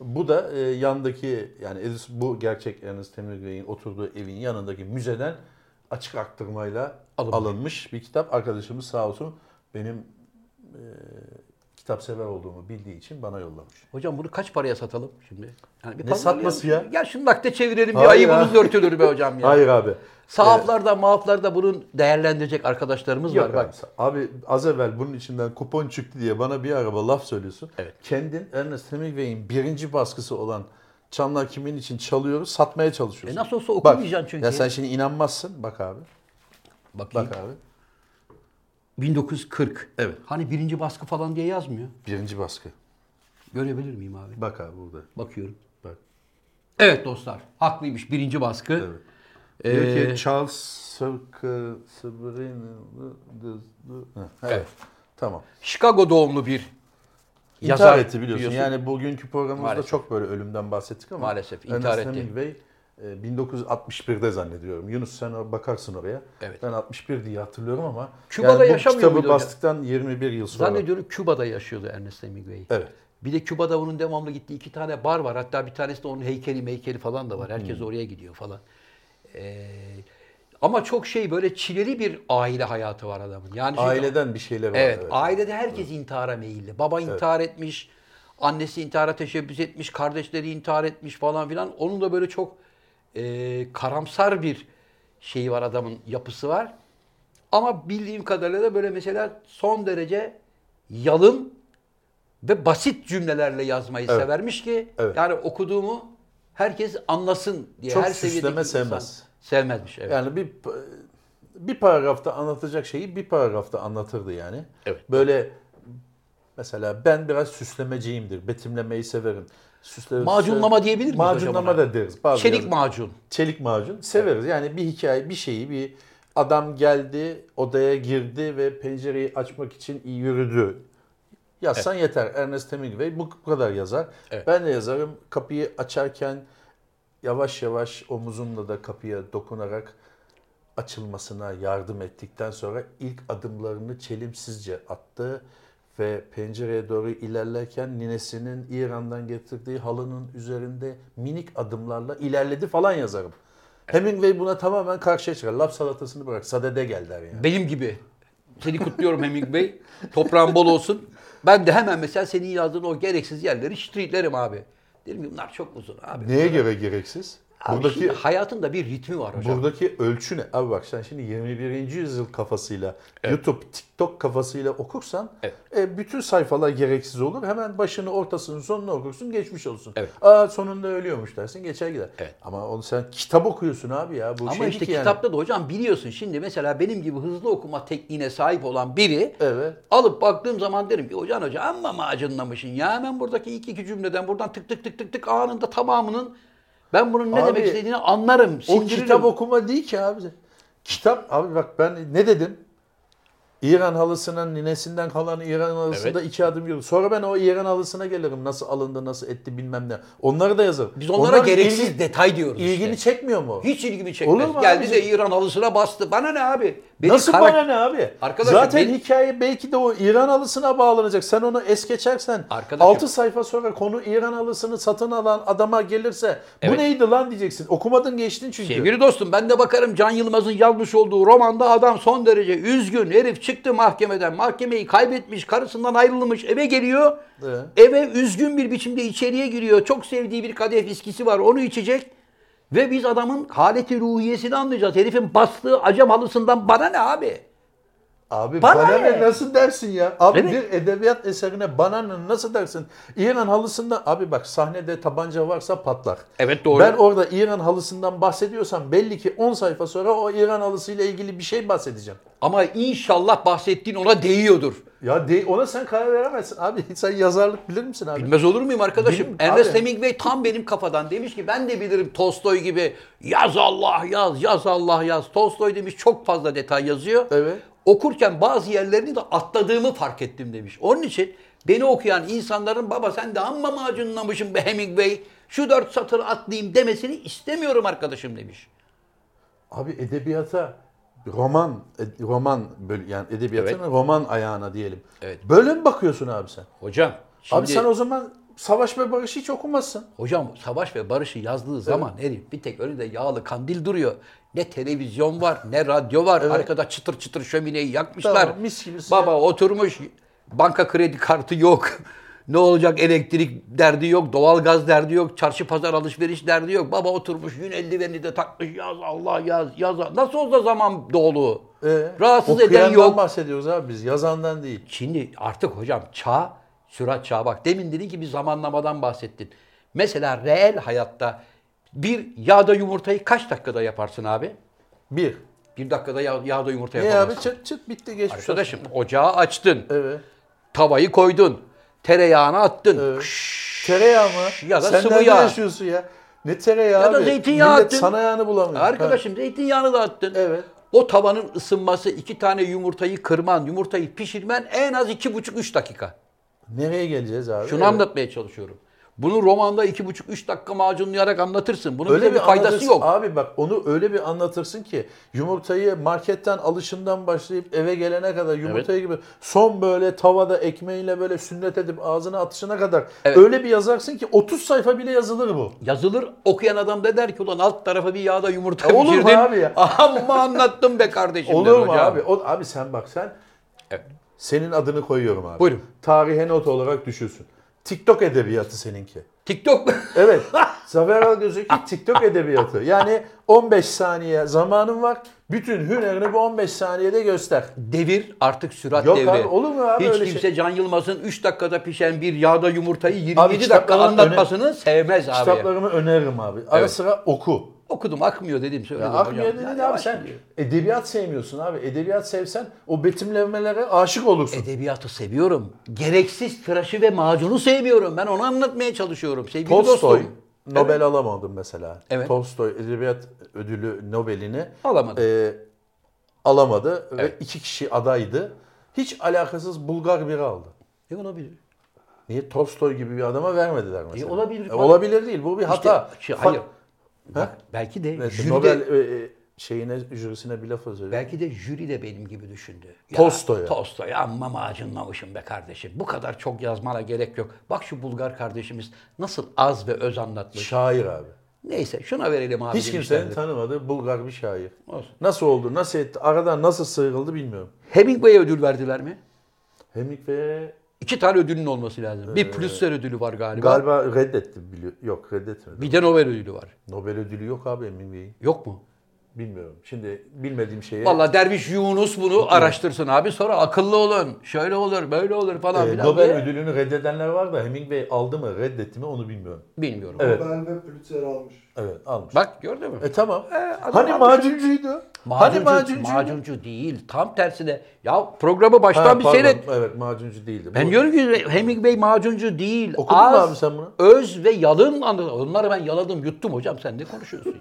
Bu da e, yandaki yani Edison, bu gerçek Ernest Hemingway'in oturduğu evin yanındaki müzeden açık aktırmayla
Alınmış.
alınmış bir kitap. Arkadaşımız sağ olsun benim e, kitap sever olduğumu bildiği için bana yollamış.
Hocam bunu kaç paraya satalım şimdi? Yani bir
Ne
pazarlayalım.
satması ya?
Gel şunu nakde çevirelim bir
Hayır
ayıbımız
ya.
örtülür be hocam ya.
[LAUGHS] Hayır abi.
Sahaflarda mahaflarda bunun değerlendirecek arkadaşlarımız
Yok
var.
abi.
Bak
Abi az evvel bunun içinden kupon çıktı diye bana bir araba laf söylüyorsun.
Evet.
Kendin Ernest Hemingway'in birinci baskısı olan Çanlar Kimin için çalıyoruz satmaya
E
çalışıyorsun.
nasıl olsa
Bak,
okumayacaksın çünkü.
Ya sen şimdi inanmazsın. Bak abi.
Bakayım.
Bak abi.
1940.
Evet.
Hani birinci baskı falan diye yazmıyor.
Birinci baskı.
Görebilir miyim abi?
Bak abi burada.
Bakıyorum.
Bak.
Evet dostlar. Haklıymış birinci baskı.
Evet.
Ee,
Diyor ki Charles Sırkı Sıbrı'nın... Evet.
Evet.
Tamam.
Chicago doğumlu bir
İntihar
yazar
etti biliyorsun. Yani bugünkü programımızda
Maalesef.
çok böyle ölümden bahsettik ama.
Maalesef, intihar
Ernest
etti.
Hemingway e, 1961'de zannediyorum. Yunus sen or- bakarsın oraya.
Evet.
Ben 61 diye hatırlıyorum ama.
Küba'da
bu
yaşamıyor
kitabı
muydu hocam?
bastıktan 21 yıl sonra.
Zannediyorum Küba'da yaşıyordu Ernest Hemingway.
Evet.
Bir de Küba'da onun devamlı gittiği iki tane bar var. Hatta bir tanesi de onun heykeli meykeli falan da var. Herkes oraya gidiyor falan. Ee, ama çok şey böyle çileli bir aile hayatı var adamın. Yani şey- çünkü-
Aileden bir şeyler var.
Evet, ailede herkes intihara meyilli. Baba intihar etmiş, annesi intihara teşebbüs etmiş, kardeşleri intihar etmiş falan filan. Onun da böyle çok e, karamsar bir şeyi var adamın yapısı var. Ama bildiğim kadarıyla da böyle mesela son derece yalın ve basit cümlelerle yazmayı severmiş ki
Evet.
yani okuduğumu herkes anlasın diye.
Çok
Her seviyedeki
süsleme
insan
sevmez.
Sevmezmiş evet.
Yani bir bir paragrafta anlatacak şeyi bir paragrafta anlatırdı yani.
Evet.
Böyle mesela ben biraz süslemeciyimdir. Betimlemeyi severim. Süsle,
Macunlama diyebilir miyiz hocam
Macunlama
ona?
da deriz. Bazı
Çelik
yazı-
macun.
Çelik macun severiz. Yani bir hikaye, bir şeyi, bir adam geldi, odaya girdi ve pencereyi açmak için yürüdü. Yazsan yeter. Ernest Hemingway bu kadar yazar.
Evet.
Ben de yazarım. Kapıyı açarken yavaş yavaş omuzumla da kapıya dokunarak açılmasına yardım ettikten sonra ilk adımlarını çelimsizce attı ve pencereye doğru ilerlerken ninesinin İran'dan getirdiği halının üzerinde minik adımlarla ilerledi falan yazarım. Hemingway buna tamamen karşıya çıkar. Laf salatasını bırak. Sadede gel der yani.
Benim gibi. Seni kutluyorum Hemingway. Toprağın bol olsun. Ben de hemen mesela senin yazdığın o gereksiz yerleri streetlerim abi. Derim ki bunlar çok uzun abi.
Neye göre gereksiz?
Abi şimdi hayatın da bir ritmi var hocam.
Buradaki ölçü ne? Abi bak sen şimdi 21. yüzyıl kafasıyla, YouTube, TikTok kafasıyla okursan
Evet.
e, bütün sayfalar gereksiz olur. Hemen başını, ortasını, sonunu okursun, geçmiş olsun.
Evet.
Aa sonunda ölüyormuş dersin, geçer gider.
Evet.
Ama onu sen kitap okuyorsun abi ya. Bu
Ama
şey
işte
değil ki yani.
kitapta da hocam biliyorsun şimdi mesela benim gibi hızlı okuma tekniğine sahip olan biri
Evet.
alıp baktığım zaman derim ki hocan hoca amma mı acınlamışsın ya hemen buradaki ilk iki cümleden buradan tık tık tık tık tık anında tamamının ben bunun ne
Abi,
demek istediğini anlarım.
O
sindiririm.
kitap okuma değil ki abi. Kitap abi bak ben ne dedim? İran halısının ninesinden kalan İran halısında
Evet.
iki adım yürü. Sonra ben o İran halısına gelirim. Nasıl alındı, nasıl etti bilmem ne. Onları da yazarım.
Biz onlara
Onlar
gereksiz
ilgi-
detay diyoruz işte.
İlgini çekmiyor mu?
Hiç ilgimi
Olur
çekmez.
mu
Geldi de
abicim?
İran halısına bastı. Bana ne abi? Benim
Nasıl
karak-
bana ne abi?
Arkadaşım
Zaten
benim-
hikaye belki de o İran halısına bağlanacak. Sen onu es geçersen
Arkadaşım-
6 sayfa sonra konu İran halısını satın alan adama gelirse bu
Evet. Şey,
neydi lan diyeceksin. Okumadın geçtin çünkü.
Sevgili dostum ben de bakarım Can Yılmaz'ın yazmış olduğu romanda adam son derece üzgün. Herif çıktı mahkemeden. Mahkemeyi kaybetmiş, karısından ayrılmış, eve geliyor.
Ee?
Eve üzgün bir biçimde içeriye giriyor. Çok sevdiği bir kadeh viskisi var. Onu içecek. Ve biz adamın haleti ruhiyesini anlayacağız. Herifin bastığı acam halısından bana ne abi?
Abi
Bana
bana,
ne?
ne? nasıl dersin ya? Abi
Evet.
bir edebiyat eserine bana ne nasıl dersin? İran halısında abi bak sahnede tabanca varsa patlar.
Evet, doğru.
Ben orada İran halısından bahsediyorsam belli ki 10 sayfa sonra o İran halısıyla ilgili bir şey bahsedeceğim.
Ama inşallah bahsettiğin ona değiyordur.
Ya de, ona sen karar veremezsin abi. [LAUGHS] Sen yazarlık bilir misin abi?
Bilmez olur muyum arkadaşım?
Bilim-
Ernest
Abi.
Hemingway tam benim kafadan demiş ki ben de bilirim Tolstoy gibi yaz Allah yaz, yaz Allah yaz. Tolstoy demiş çok fazla detay yazıyor.
Evet.
Okurken bazı yerlerini de atladığımı fark ettim demiş. Onun için beni okuyan insanların baba sen de amma mı acınlamışsın be Hemingway? Şu dört satır atlayayım demesini istemiyorum arkadaşım demiş.
Abi edebiyata roman ed- roman böl yani edebiyatın
Evet.
roman ayağına diyelim.
Evet.
Böyle mi bakıyorsun abi sen?
Hocam şimdi...
Abi sen o zaman Savaş ve Barış hiç okumazsın.
Hocam Savaş ve Barış'ı yazdığı zaman herif bir tek önünde yağlı kandil duruyor. Ne televizyon var ne radyo var. Arkada çıtır çıtır şömineyi yakmışlar.
Tamam, mis gibi sıcak.
Baba oturmuş banka kredi kartı yok. [LAUGHS] ne olacak elektrik derdi yok, doğalgaz derdi yok, çarşı pazar alışveriş derdi yok. Baba oturmuş yün eldiveni de takmış yaz Allah yaz yaz. Nasıl olsa zaman dolu.
Ee,
Rahatsız eden
okuyandan
yok.
bahsediyoruz abi biz yazandan değil.
Şimdi artık hocam çağ, sürat çağı bak. Demin dedin ki bir zamanlamadan bahsettin. Mesela reel hayatta bir yağda yumurtayı kaç dakikada yaparsın abi?
Bir.
Bir dakikada yağ, yağda yumurta
Ne abi
yapamazsın.
çıt çıt bitti geçmiş
Arkadaşım ocağı açtın,
olsun. Evet.
tavayı koydun, tereyağını attın.
Tereyağı mı?
Ya da
Sen
sıvı
nerede
yağ.
yaşıyorsun ya? Ne tereyağı
Ya da
abi?
zeytinyağı
Millet
attın.
sana yağını bulamıyor.
Arkadaşım zeytinyağını da attın.
Evet.
O tavanın ısınması, iki tane yumurtayı kırman, yumurtayı pişirmen en az iki buçuk üç dakika.
Ha. Nereye geleceğiz abi?
Şunu
Evet.
anlatmaya çalışıyorum. Bunu romanda iki buçuk üç dakika macunlayarak anlatırsın. Bunun
Öyle
bize
bir
bir faydası
anlatırsın-
yok.
Abi bak onu öyle bir anlatırsın ki yumurtayı marketten alışından başlayıp eve gelene kadar yumurtayı gibi son böyle tavada ekmeğiyle böyle sünnet edip ağzına atışına kadar
Evet.
öyle bir yazarsın ki 30 sayfa bile yazılır bu.
Yazılır okuyan adam da der ki ulan alt tarafa bir yağda yumurta
E, olur mu
pişirdin.
abi ya?
[LAUGHS] Amma anlattım be kardeşim. der
Olur mu
hocam.
abi? O, abi sen bak sen
Evet.
senin adını koyuyorum abi.
Buyurun.
Tarihe not olarak düşülsün. TikTok edebiyatı seninki.
TikTok [LAUGHS]
Evet. Zafer Algöz'ünki TikTok edebiyatı. Yani 15 saniye zamanın var. Bütün hünerini bu 15 saniyede göster.
devir artık sürat
Yok
devri.
abi, olur mu abi
Hiç
öyle
kimse
şey?
Can Yılmaz'ın 3 dakikada pişen bir yağda yumurtayı 27
Abi
dakika
kitapların
anlatmasını sevmez abi.
Kitaplarımı öneririm abi. Ara
Evet.
sıra oku.
Okudum akmıyor dedim söyledim hocam.
Akmıyor
Ya
dedin abi
yavaş
sen
gidiyor.
edebiyat sevmiyorsun abi. Edebiyat sevsen o betimlemelere aşık olursun.
Edebiyatı seviyorum. Gereksiz tıraşı ve macunu sevmiyorum. Ben onu anlatmaya çalışıyorum sevgili
Tolstoy
dostum.
Nobel alamadı mesela.
Evet.
Tolstoy Edebiyat Ödülü Nobel'ini
Alamadı.
e, alamadı
Evet.
ve iki kişi adaydı. Hiç alakasız Bulgar biri aldı.
E olabilir.
Niye Tolstoy gibi bir adama vermediler mesela?
E, olabilir.
E, olabilir değil. Bu bir
İşte,
hata.
şey,
Fa-
hayır.
Ha?
Belki de
Neyse,
jüri de-
Nobel e, e, şeyine jürisine bir laf özür.
Belki de jüri de benim gibi düşündü. Ya,
Tolstoy'a.
Tolstoy'a amma ağacınlamışım be kardeşim. Bu kadar çok yazmana gerek yok. Bak şu Bulgar kardeşimiz nasıl az ve öz anlatmış.
Şair abi.
Neyse şuna verelim abi
Hiç kimsenin
demişlerdi.
tanımadığı Bulgar bir şair.
Olsun.
Nasıl oldu, nasıl etti, aradan nasıl sıyrıldı bilmiyorum.
Hemingway'e ödül verdiler mi?
Hemingway
İki tane ödülün olması lazım. Bir Pulitzer ödülü var galiba.
Ee, galiba reddetti biliyor. Yok reddetmedi.
Bir de Nobel ödülü var.
Nobel ödülü yok abi Hemingway'in.
Yok mu?
Bilmiyorum. Şimdi bilmediğim şeye
Vallahi Derviş Yunus bunu araştırsın abi. Sonra akıllı olun. Şöyle olur, böyle olur falan
e,
filan.
Nobel
diye.
ödülünü reddedenler var da Hemingway aldı mı, reddetti mi onu bilmiyorum.
Bilmiyorum.
Evet.
Ben ve Pulitzer almış.
Evet, almış.
Bak gördün mü?
E tamam.
adam
hani
almış.
macuncuydu.
Macuncu,
hani macuncuydu.
macuncu değil. Tam tersine. Ya programı baştan
Ha,
bir
pardon,
seyret.
Evet, macuncu değildi. Bu-
Ben diyorum ki Hemingway macuncu değil.
Okudun mu
Az,
abi sen
[LAUGHS]
bunu?
Öz ve yalın anı. Onları ben yaladım, yuttum hocam. Sen ne
[LAUGHS]
konuşuyorsun?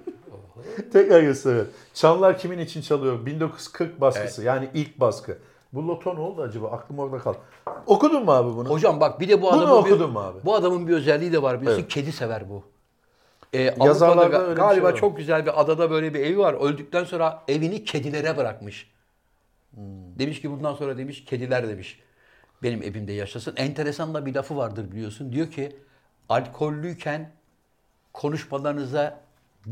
Tekrar gösterelim. Çanlar kimin için çalıyor? 1940 baskısı yani ilk baskı. Bu loto ne oldu acaba? Aklım orada kaldı. Okudun mu abi bunu?
hocam bak bir de bu
Bunu
adamın
okudun
bir,
mu abi?
bu adamın bir özelliği de var biliyorsun.
Evet.
Kedi sever bu. Ee, Avrupa'da
Yazarlarda
ga-
öyle bir şey
galiba
var.
çok güzel bir adada böyle bir evi var. Öldükten sonra evini kedilere bırakmış.
Hmm.
Demiş ki bundan sonra demiş kediler demiş. Benim evimde yaşasın. Enteresan da bir lafı vardır biliyorsun. Diyor ki alkollüyken konuşmalarınıza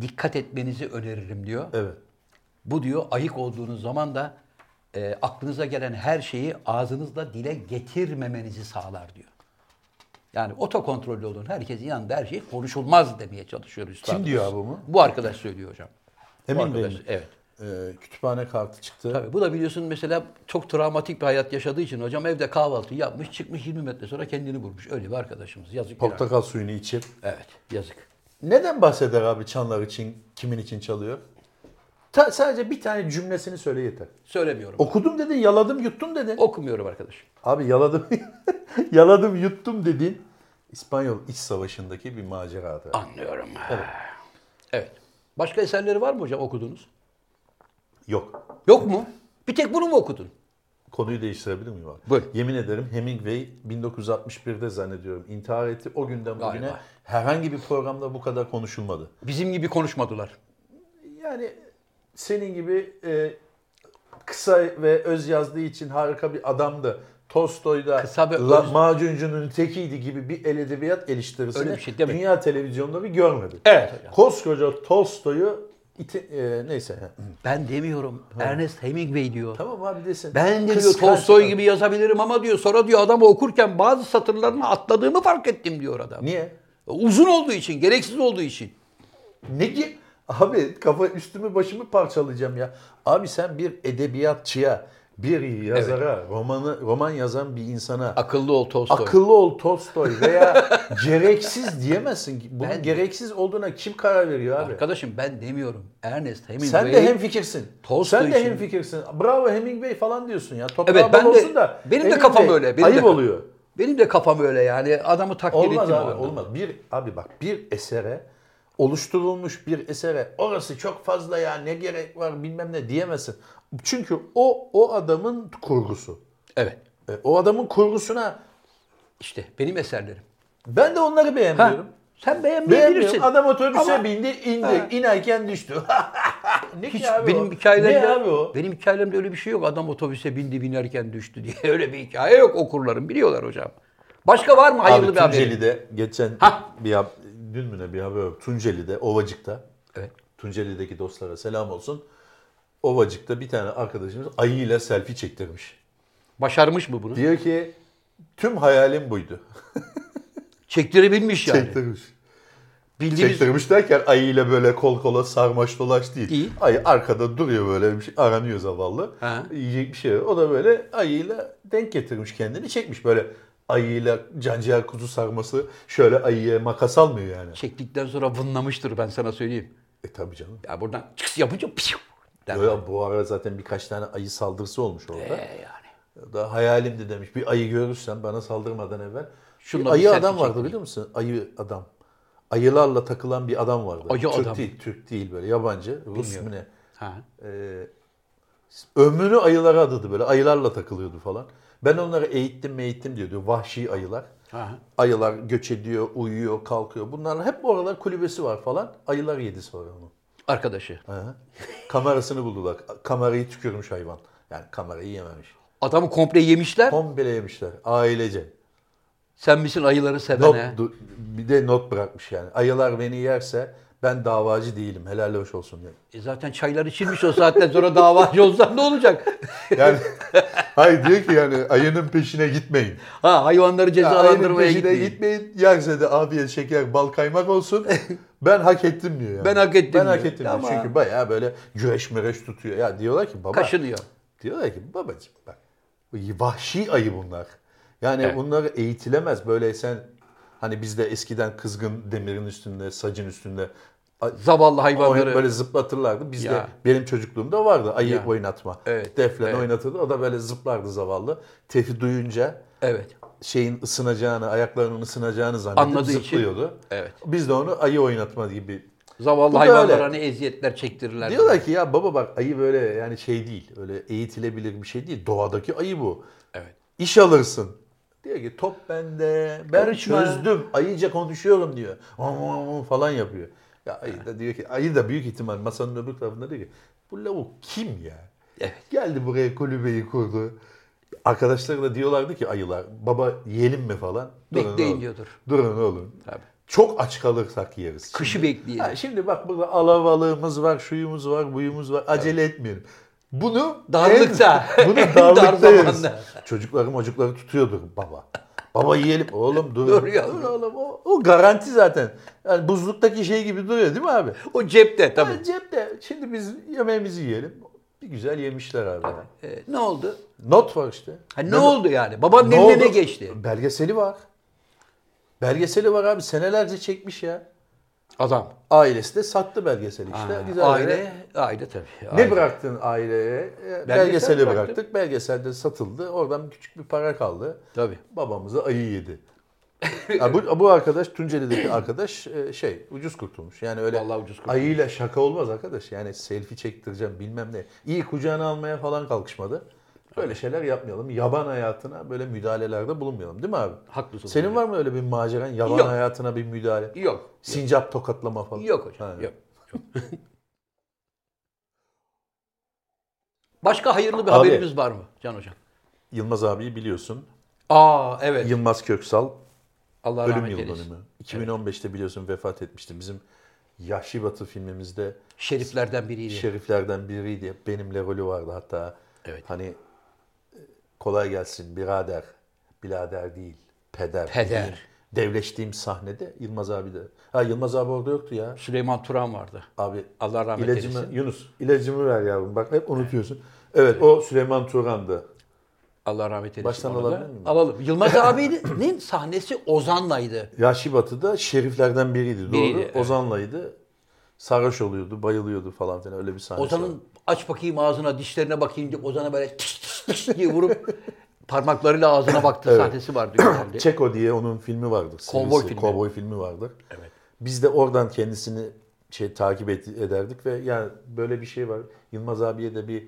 dikkat etmenizi öneririm diyor.
Evet.
Bu diyor ayık olduğunuz zaman da e, aklınıza gelen her şeyi ağzınızla dile getirmemenizi sağlar diyor. Yani otokontrollü olun. Herkesin yanında her şey konuşulmaz demeye çalışıyor üstadımız.
diyor abi bunu?
Bu arkadaş söylüyor hocam. Bu
Emin
arkadaş,
miyim?
Evet.
Ee, kütüphane kartı çıktı.
Tabii bu da biliyorsun mesela çok travmatik bir hayat yaşadığı için hocam evde kahvaltı yapmış çıkmış 20 metre sonra kendini vurmuş. Öyle bir arkadaşımız. Yazık. günah.
Portakal suyunu içip.
Evet yazık.
Neden bahseder abi çanlar için, kimin için çalıyor? Ta- sadece bir tane cümlesini söyle yeter.
Söylemiyorum.
Okudum dedin, yaladım, yuttum dedin.
Okumuyorum arkadaş.
Abi yaladım, [LAUGHS] yaladım, yuttum dedin. İspanyol İç Savaşı'ndaki bir maceradır.
Anlıyorum. Evet. evet. Başka eserleri var mı hocam okudunuz?
Yok.
Yok mu? Bir tek bunu mu okudun?
Konuyu değiştirebilir miyim abi?
Buyur.
Yemin ederim Hemingway 1961'de zannediyorum intihar etti. O günden bugüne
Galiba.
herhangi bir programda bu kadar konuşulmadı.
Bizim gibi konuşmadılar.
Yani senin gibi e, kısa ve öz yazdığı için harika bir adamdı. Tolstoy'da
Kısa ve
La-
öz-
Macuncunun tekiydi gibi bir el edebiyat eleştirisini
Öyle bir şey demek.
dünya televizyonları görmedi.
Evet.
Koskoca Tolstoy'u iti, e, neyse.
Ben demiyorum. Ernest Hemingway diyor.
Tamam abi desin.
Ben de diyor
Kıskanç
Tolstoy
adam.
gibi yazabilirim ama diyor sonra diyor adamı okurken bazı satırlarını atladığımı fark ettim diyor adam.
Niye?
Uzun olduğu için, gereksiz olduğu için.
Ne ki? Abi kafa üstümü başımı parçalayacağım ya. Abi sen bir edebiyatçıya, bir yazara, romanı roman yazan bir insana
Akıllı ol Tolstoy.
akıllı ol
[LAUGHS]
Tolstoy veya gereksiz diyemezsin. ki. Bunun
Ben-
gereksiz olduğuna kim karar veriyor abi?
Arkadaşım ben demiyorum. Ernest Hemingway.
Sen de hem fikirsin.
Tolstoy
Sen de
için-
hem fikirsin. Bravo Hemingway falan diyorsun ya. Toprağı
Evet, ben
bol
de-
olsun da.
benim de
Hemingway,
kafam öyle, benim de
ayıp
kafam-
oluyor.
Benim de kafam öyle yani. Adamı takdir
Olmaz
ettim o
abi
anda.
olmaz. Bir abi bak bir esere oluşturulmuş bir esere orası çok fazla ya ne gerek var bilmem ne diyemezsin. Çünkü o o adamın kurgusu.
Evet.
E, o adamın kurgusuna
İşte benim eserlerim.
ben de onları
Ha,
beğenmiyorum.
sen beğenmeyebilirsin.
Beğenmiyorum. Adam otobüse
Ama-
bindi, indi,
Ha.
inerken düştü. [LAUGHS] ne
Hiç
ki abi
benim
o?
hikayelerimde
Ne abi o?
benim hikayelerimde öyle bir şey yok. Adam otobüse bindi binerken düştü diye [LAUGHS] öyle bir hikaye yok okurların biliyorlar hocam. Başka var mı hayırlı
Abi
bir haber?
Tunceli'de geçen
Ha.
bir hab- dün mü ne bir haber yok. Tunceli'de, Ovacık'ta.
Evet.
Tunceli'deki dostlara selam olsun. Ovacık'ta bir tane arkadaşımız ayıyla selfie çektirmiş.
Başarmış mı bunu?
Diyor ki tüm hayalim buydu.
Çektirebilmiş yani.
[LAUGHS] Çektirmiş.
Bildiğimiz
Çektirmiş derken ayıyla böyle kol kola sarmaş dolaş değil.
Değil.
Ayı arkada duruyor böyle bir şey aranıyor zavallı.
Ha.
Yiyecek bir şey yok. O da böyle ayıyla denk getirmiş kendini çekmiş böyle ayıyla canciğer kuzu sarması şöyle ayıya makas almıyor yani.
çektikten sonra vınlamıştır ben sana söyleyeyim.
E tabii canım.
Ya buradan çıks yapınca pişiu der.
Yo, yo, bu ara zaten birkaç tane ayı saldırısı olmuş
Ee,
orada.
yani.
Da hayalimdi demiş. Bir ayı görürsen bana saldırmadan evvel.
Şununla
Bir
bir
ayı
selfie
adam vardı
çekeyim.
biliyor musun? Ayı adam. Ayılarla takılan bir adam vardı.
Ayı
Türk
adam.
değil, Türk değil böyle yabancı. Rus mu ne?
Ha.
Ee, Ömrünü ayılara adadı böyle. Ayılarla takılıyordu falan. Ben onları eğittim eğittim diyordu. Vahşi ayılar.
Ha.
Ayılar göç ediyor, uyuyor, kalkıyor. Bunlar hep bu aralar kulübesi var falan. Ayılar yedi sonra onu.
Arkadaşı.
Hı. Kamerasını buldular. Kamerayı tükürmüş hayvan. Yani kamerayı yememiş.
Adamı komple yemişler.
Komple yemişler. Ailece.
Sen misin ayıları seven
Not,
he?
du- bir de not bırakmış yani. Ayılar beni yerse ben davacı değilim. Helal hoş olsun diye.
E zaten çaylar içilmiş o saatten sonra davacı [LAUGHS] olsan ne olacak?
Yani [LAUGHS] hayır diyor ki yani ayının peşine gitmeyin.
Ha hayvanları
Ayının
cezalandırmaya
peşine
gitmeyin.
gitmeyin. Yerse de abiye şeker bal
[LAUGHS]
kaymak olsun. Ben hak ettim diyor yani.
Ben hak ettim
Ben hak
diyor.
ettim diyor.
Ama-
Çünkü bayağı böyle güreş müreş tutuyor. Ya diyorlar ki baba.
Kaşınıyor.
Diyorlar ki babacığım bak vahşi ayı bunlar. Yani
Evet.
bunlar eğitilemez. Böyle sen hani bizde eskiden kızgın demirin üstünde, sacın üstünde a-
Zavallı hayvanları.
oynayıp böyle zıplatırlardı. Bizde
Ya.
benim çocukluğumda vardı ayı
Ya.
oynatma.
Evet,
Deflen
evet.
oynatırdı. O da böyle zıplardı zavallı. Tefi duyunca
Evet.
şeyin ısınacağını, ayaklarının ısınacağını zannedip
Anladığı için.
zıplıyordu.
Evet.
Biz de onu ayı oynatma gibi.
Zavallı
Bu da öyle.
hayvanlara ne eziyetler çektirirler.
Diyorlar ki ya baba bak ayı böyle yani şey değil. Öyle eğitilebilir bir şey değil. Doğadaki ayı bu.
Evet.
İş alırsın. Diyor ki top bende. Ben
Karışma.
çözdüm. Ayıca konuşuyorum diyor. Om, om, om falan yapıyor. Ya ayı da diyor ki ayı da büyük ihtimal masanın öbür tarafında diyor ki bu lavuk kim ya?
Evet.
Geldi buraya kulübeyi kurdu. Arkadaşları da diyorlardı ki ayılar baba yiyelim mi falan.
Bekleyin
oğlum.
diyordur.
Durun oğlum.
Tabii.
Çok aç kalırsak yeriz.
Kışı
Şimdi-
bekleyelim.
Ha, şimdi bak burada alabalığımız var, şuyumuz var, buyumuz var. Acele etmeyelim. Bunu
Darlıkta.
en- [LAUGHS] bunu
Dar
darlıkta yeriz.
zamanda.
Çocukları mocukları tutuyordur baba. Baba yiyelim. Oğlum dur.
Dur ya.
Dur oğlum. O, o garanti zaten. Yani buzluktaki şey gibi duruyor değil mi abi?
O cepte tabii.
Tabii. Cepte. Şimdi biz yemeğimizi yiyelim. Bir güzel yemişler abi.
Ee, ne oldu?
Not var işte.
Ha, ne oldu yani? Babanın eline ne
oldu?
geçti?
Belgeseli var. Belgeseli var abi. Senelerce çekmiş ya.
Adam.
Ailesi de sattı belgeseli işte.
Ha,
Güzel
aile,
böyle.
aile tabii.
Ne
Aile.
bıraktın aileye? E, Belgeseli
bıraktım.
bıraktık. Belgesel de satıldı. Oradan küçük bir para kaldı.
Tabii.
Babamızı ayı
[LAUGHS]
yedi. Ya bu, bu arkadaş Tunceli'deki arkadaş e, şey ucuz kurtulmuş. Yani öyle
Vallahi ucuz kurtulmuş.
ayıyla şaka olmaz arkadaş. Yani selfie çektireceğim bilmem ne. İyi kucağına almaya falan kalkışmadı. Böyle şeyler yapmayalım. Yaban hayatına böyle müdahalelerde bulunmayalım değil mi abi?
Haklısın.
Senin var mı öyle bir maceran? Yaban
Yok.
hayatına bir müdahale.
Yok.
Sincap tokatlama falan.
Yok hocam.
Ha.
Yok. [LAUGHS] Başka hayırlı bir
Abi.
haberimiz var mı Can Hocam?
Yılmaz abiyi biliyorsun.
Aa evet.
Yılmaz Köksal
Allah
Ölüm
rahmet
yıl
eylesin.
dönümü. 2015'te biliyorsun vefat etmişti. Bizim Yahşi Batı filmimizde
Şeriflerden biriydi.
şeriflerden biriydi. Benimle rolü vardı hatta.
Evet.
Hani e, kolay gelsin birader, birader değil, peder.
Peder.
dediğim, Devleştiğim sahnede Yılmaz abi de. Ha Yılmaz abi orada yoktu ya.
Süleyman Turan vardı.
Abi
Allah rahmet
ilacımı,
eylesin.
Yunus ilacımı ver yavrum. Bak hep unutuyorsun. Evet o Süleyman Turan'dı.
Allah rahmet eylesin.
Baştan
ona da.
alabilir miyim?
Alalım. Yılmaz abinin [LAUGHS] sahnesi Ozan'laydı.
Yaşı Batı'da şeriflerden biriydi doğru.
Biriydi, evet.
Ozan'laydı. Sarhoş oluyordu, bayılıyordu falan filan öyle bir sahne.
Ozan'ın aç bakayım ağzına, dişlerine bakayım diye Ozan'a böyle tıs tıs tıs diye vurup parmaklarıyla
[LAUGHS]
ağzına baktığı sahnesi vardı
[CLEARS THROAT]
güzeldi.
Çeko diye onun filmi vardı.
Kovboy
serisi,
filmi.
Kovboy filmi vardı.
Evet.
Biz de oradan kendisini şey takip et- ederdik ve yani böyle bir şey var. Yılmaz abiye de bir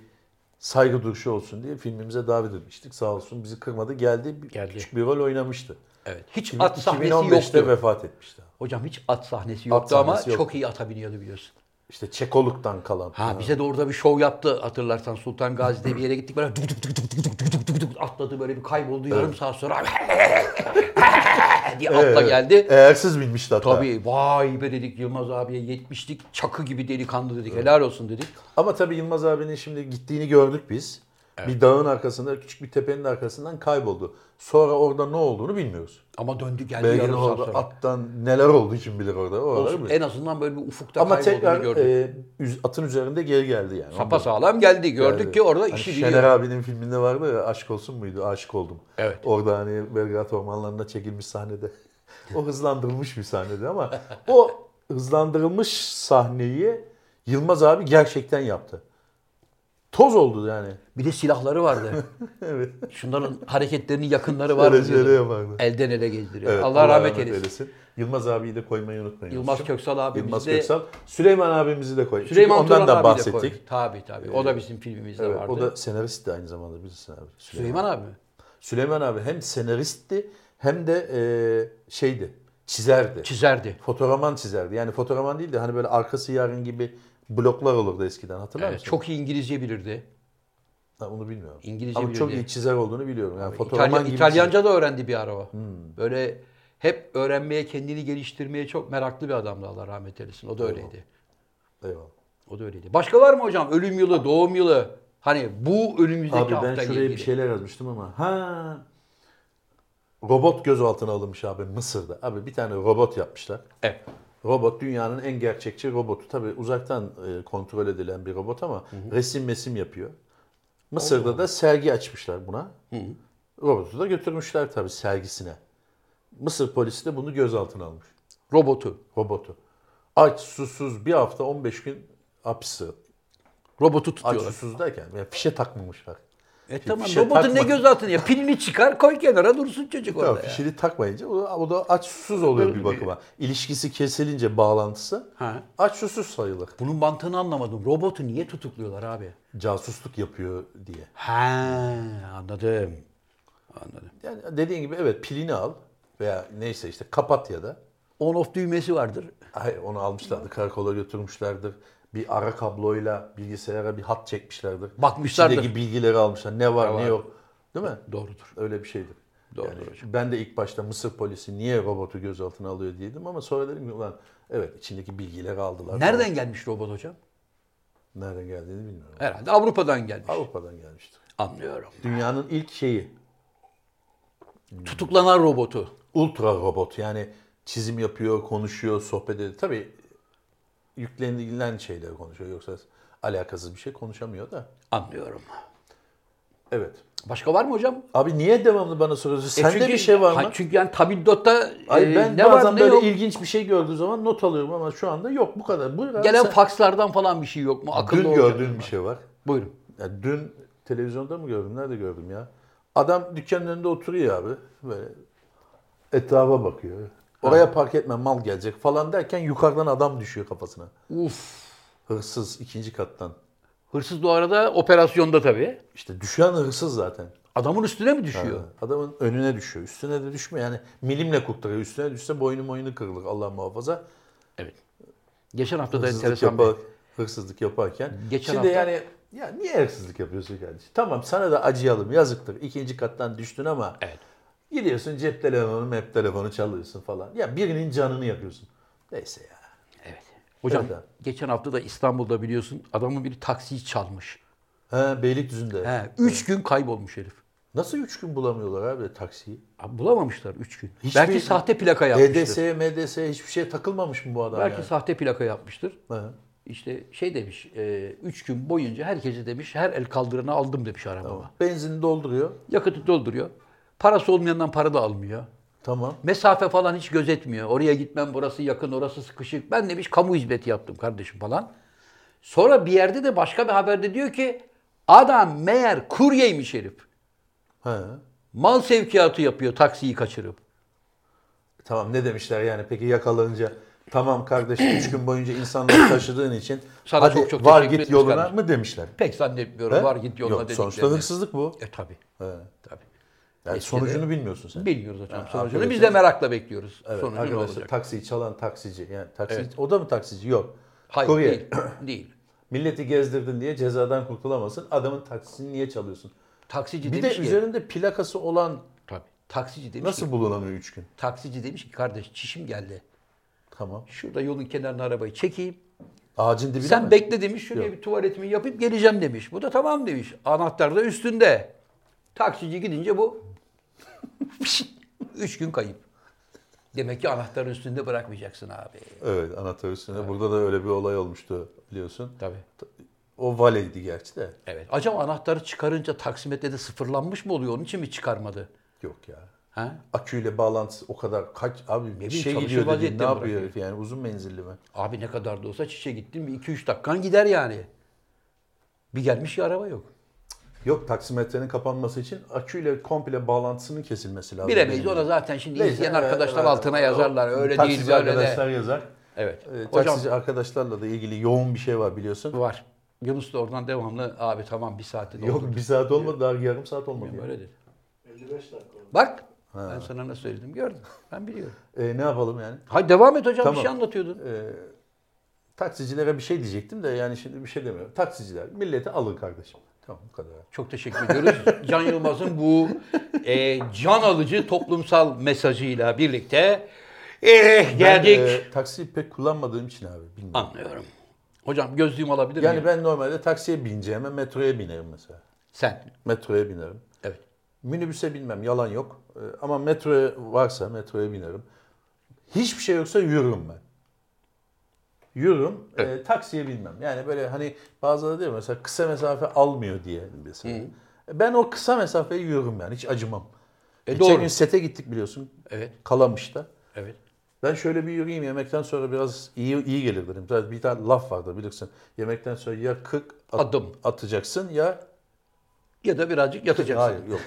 saygı duruşu olsun diye filmimize davet etmiştik. Sağ olsun bizi kırmadı. Geldi, bir-
Geldi.
küçük bir rol oynamıştı.
Evet. Hiç at sahnesi
2015'te
yoktu.
vefat etmişti.
Hocam hiç at sahnesi yoktu ama
sahnesi yoktu.
çok iyi ata biniyordu biliyorsun.
İşte Çekoluk'tan kalan.
Ha, bize de orada bir şov yaptı hatırlarsan Sultan Gazi'de bir yere gittik böyle duk duk duk duk duk duk duk duk duk duk atladı böyle bir kayboldu yarım saat sonra [LAUGHS] diye atla
Evet.
geldi.
Eğersiz binmişti hatta.
Tabii vay be dedik Yılmaz abiye yetmiştik çakı gibi delikanlı dedik helal olsun dedik.
Ama tabii Yılmaz abinin şimdi gittiğini gördük biz. Bir dağın arkasında, küçük bir tepenin arkasından kayboldu. Sonra orada ne olduğunu bilmiyoruz.
Ama döndü geldi
Belki
yarım
de
saat
orada
sonra.
attan neler oldu kim bilir orada. Oraları
Olsun,
bilmiyoruz.
en azından böyle bir ufukta
Ama
kaybolduğunu
tekrar
gördük.
e, üz- atın üzerinde geri geldi yani.
Sapa sağlam geldi gördük
Geldi.
ki orada
Hani
işi
Şener
biliyor.
abinin filminde vardı ya Aşk Olsun muydu? Aşık Oldum.
Evet.
Orada hani Belgrad ormanlarında çekilmiş sahnede.
[LAUGHS]
o hızlandırılmış bir sahnede ama o hızlandırılmış sahneyi Yılmaz abi gerçekten yaptı. Toz oldu yani.
Bir de silahları
[LAUGHS]
vardı.
Evet.
Şunların hareketlerinin yakınları vardı.
Şöyle şöyle
diyordu.
şey yapardı.
Elden ele gezdiriyor.
Evet,
Allah, rahmet eylesin.
Yılmaz abiyi de koymayı unutmayın.
Yılmaz Köksal abimiz
Yılmaz
de
Köksal. Süleyman abimizi de koy.
Süleyman
Çünkü ondan
Turan
da
abi de koy.
bahsettik.
Tabii tabii. O da bizim filmimizde
Evet,
vardı.
o da senarist de aynı zamanda bilirsin abi. Süleyman.
Süleyman abi.
Süleyman abi hem senaristti hem de e, şeydi. Çizerdi.
Çizerdi.
Fotoğraman çizerdi. Yani fotoğraman değil de hani böyle arkası yarın gibi bloklar olurdu eskiden hatırlar
Evet,
mısın?
çok iyi İngilizce bilirdi.
Ha, onu bilmiyorum.
İngilizce
Ama çok
bilirdi.
iyi çizer olduğunu biliyorum. Yani fotoğraman
İtalya,
gibi
İtalyanca da öğrendi bir araba.
Hmm.
Böyle hep öğrenmeye, kendini geliştirmeye çok meraklı bir adamdı Allah rahmet eylesin. O da öyleydi.
çizer- Eyvallah.
O da öyleydi. Başka var mı hocam? Ölüm yılı, doğum yılı. Hani bu önümüzdeki
Abi
hafta
ben şuraya bir şey- şeyler yazmıştım ama. Ha. Robot gözaltına alınmış abi Mısır'da. Abi bir tane robot yapmışlar.
Evet.
Robot dünyanın en gerçekçi robotu. Tabii uzaktan e, kontrol edilen bir robot ama resim mesim yapıyor. Mısır'da da sergi açmışlar buna. Robotu da götürmüşler tabii sergisine. Mısır polisi de bunu gözaltına almış.
Robotu.
Robotu. Aç, susuz bir hafta 15 gün hapsi.
Robotu
Aç,
tutuyorlar.
susuz derken yani fişe takmamışlar.
E tamam
fişe
robotun
şey takma.
ne gözaltına ya? Pilini çıkar koy kenara dursun çocuk
Tamam,
orada ya.
fişini takmayınca o, o da aç susuz oluyor bir bakıma. İlişkisi kesilince bağlantısı
Ha.
aç susuz sayılır.
Bunun mantığını anlamadım. Robotu niye tutukluyorlar abi?
Casusluk yapıyor diye.
Ha anladım. Anladım.
Yani dediğin gibi evet pilini al veya neyse işte kapat ya da.
On off düğmesi vardır.
Hayır onu almışlardı karakola götürmüşlerdir. Bir ara kabloyla bilgisayara bir hat çekmişlerdir.
Bakmışlardır.
İçindeki bilgileri almışlar. Ne var ne,
var?
yok. Değil mi?
Doğrudur.
Öyle bir şeydir.
Doğrudur
Yani ben de ilk başta Mısır polisi niye robotu gözaltına alıyor diyedim ama sonra dedim ki ulan evet içindeki bilgileri aldılar.
Nereden gelmiş robot hocam?
Nereden geldiğini bilmiyorum.
Herhalde Avrupa'dan gelmiş.
Avrupa'dan gelmiştir.
Anlıyorum.
Dünyanın ilk şeyi
Tutuklanan robotu.
ultra robot yani çizim yapıyor, konuşuyor, sohbet ediyor. Tabii yüklenilen şeyler konuşuyor yoksa alakasız bir şey konuşamıyor da.
Anlıyorum.
Evet.
Başka var mı hocam?
Abi niye devamlı bana soruyorsun?
E
Sende
çünkü-
bir şey var mı?
Hayır, çünkü yani tabiddotta
Hayır,
e,
ben
ne
bazen
var ne
böyle
yok.
ilginç bir şey gördüğüm zaman not alıyorum ama şu anda yok bu kadar. Buyur abi
Gelen
sen-
fakslardan falan bir şey yok mu? Akıllı
Dün
olacak.
gördüğün bir şey var.
Buyurun.
Ya dün televizyonda mı gördüm? Nerede gördüm ya? Adam dükkanın önünde oturuyor abi. Böyle etrafa bakıyor. Oraya park etme mal gelecek falan derken yukarıdan adam düşüyor kafasına.
Uf.
Hırsız ikinci kattan.
Hırsız bu arada operasyonda tabii.
İşte düşen hırsız zaten.
Adamın üstüne mi düşüyor?
Adamın önüne düşüyor. Üstüne de düşmüyor. Yani milimle kurtarıyor. Üstüne düşse boynu boynu kırılır Allah muhafaza.
Evet. Geçen hafta da
Hırsızlık,
enteresan bir...
yapar- hırsızlık yaparken.
Geçen
Şimdi
hafta-
yani ya niye hırsızlık yapıyorsun kardeşim? Tamam sana da acıyalım yazıktır. İkinci kattan düştün ama
Evet.
gidiyorsun cep telefonu mep telefonu çalıyorsun falan. Ya birinin canını yapıyorsun. Neyse ya.
Evet. Hocam
Evet abi.
geçen hafta da İstanbul'da biliyorsun adamın biri taksiyi çalmış.
Ha, Beylikdüzü'nde.
He, üç gün kaybolmuş herif.
Nasıl üç gün bulamıyorlar abi taksiyi?
Abi bulamamışlar üç gün.
Hiçbir-
Belki sahte plaka yapmıştır.
DDS'ye, MDS'ye hiçbir şeye takılmamış mı bu adam
Belki
yani?
sahte plaka yapmıştır.
Ha.
İşte şey demiş, e, üç gün boyunca herkesi demiş, her el kaldırana aldım demiş arabama.
Benzini dolduruyor.
Yakıtı dolduruyor. Parası olmayandan para da almıyor.
Tamam.
Mesafe falan hiç gözetmiyor. Oraya gitmem, burası yakın, orası sıkışık. Ben demiş kamu hizmeti yaptım kardeşim falan. Sonra bir yerde de başka bir haberde diyor ki adam meğer kuryeymiş herif.
Ha.
Mal sevkiyatı yapıyor taksiyi kaçırıp.
Tamam ne demişler yani peki yakalanınca tamam kardeşim 3 gün boyunca insanları taşıdığın için
Sana
hadi
çok çok
var
teşekkür
git
ederiz
yoluna
kardeşim.
mı demişler?
Pek zannetmiyorum
He?
var git yoluna
Yok,
dediklerini.
sonuçta hırsızlık bu.
E tabi. Tabii.
Yani sonucunu bilmiyorsun sen.
Bilmiyoruz hocam sonucunu.
arkadaşlar-
Biz de merakla bekliyoruz.
Evet,
sonucu ne
arkadaşlar
olacak?
taksiyi çalan taksici yani taksi o da mı taksici? Yok.
Hayır
Kurye.
değil. değil.
Milleti gezdirdin diye cezadan kurtulamazsın. Adamın taksisini niye çalıyorsun?
Taksici
Bir
demiş
de
ki. Şey-
üzerinde plakası olan
Tabii. Taksici demiş ki.
nasıl bulunamıyor 3 gün?
Taksici demiş ki kardeş çişim geldi.
Tamam.
Şurada yolun kenarına arabayı çekeyim.
Ağacın dibine
Sen
mi?
bekle demiş. Şuraya bir tuvaletimi yapıp geleceğim demiş. Bu da tamam demiş. Anahtar da üstünde. Taksici gidince bu [LAUGHS] üç gün kayıp. Demek ki anahtarı üstünde bırakmayacaksın abi.
Evet anahtar üstüne. Burada da öyle bir olay olmuştu biliyorsun.
Tabii.
O valeydi gerçi de.
Evet. Acaba anahtarı çıkarınca taksimetrede sıfırlanmış mı oluyor? Onun için mi çıkarmadı?
Yok ya.
Ha?
aküyle bağlantısı o kadar kaç abi bir
bileyim,
şey
çalışır
gidiyor dedi, ne
vaziyette
yapıyor
bırakıyor.
herif yani uzun menzilli mi?
Abi ne kadar da olsa çişe gittin mi 2-3 dakikan gider yani. Bir gelmiş ya araba yok.
Yok taksimetrenin kapanması için aküyle komple bağlantısının kesilmesi lazım.
Bilemeyiz
Benim
ona
bildiğim.
zaten şimdi
Neyse,
izleyen
e,
arkadaşlar
e,
altına yazarlar. Öyle
taksici
değil böyle
arkadaşlar
de.
yazar.
Evet.
E,
Hocam
taksici arkadaşlarla da ilgili yoğun bir şey var biliyorsun.
var. Yunus da oradan devamlı abi tamam bir saati doldu.
Yok bir saat olmadı daha yarım saat olmadı. ya.
Öyledir.
55 dakika oldu.
Bak ben sana nasıl söyledim gördün. Ben biliyorum.
E, ne yapalım yani?
Hay devam et hocam bir
Tamam.
şey anlatıyordun.
E, taksicilere bir şey diyecektim de yani şimdi bir şey demiyorum. Taksiciler milleti alın kardeşim. Tamam bu kadar.
Çok teşekkür
[LAUGHS]
ediyoruz. Can Yılmaz'ın bu e, can alıcı toplumsal mesajıyla birlikte eh, geldik.
Ben, e, taksiyi pek kullanmadığım için abi bilmiyorum.
Anlıyorum. Hocam gözlüğüm alabilir miyim?
Yani ben normalde taksiye bineceğime metroya binerim mesela.
Sen.
Metroya binerim.
Evet.
Minibüse binmem yalan yok. Ee, Ama metroya varsa metroya binerim. Hiçbir şey yoksa yürürüm ben. Yürürüm. e, taksiye binmem. Yani böyle hani bazıları diyor mesela kısa mesafe almıyor diye mesela. E, Ben o kısa mesafeyi yürürüm yani hiç acımam.
E,
Geçen
doğru.
gün sete gittik biliyorsun.
Evet.
Kalamış'ta.
Evet.
Ben şöyle bir yürüyeyim yemekten sonra biraz iyi iyi gelir dedim. Zaten bir tane laf vardı bilirsin. Yemekten sonra ya 40 at-
Adım.
atacaksın ya
Ya da birazcık yatacaksın.
Hayır yok.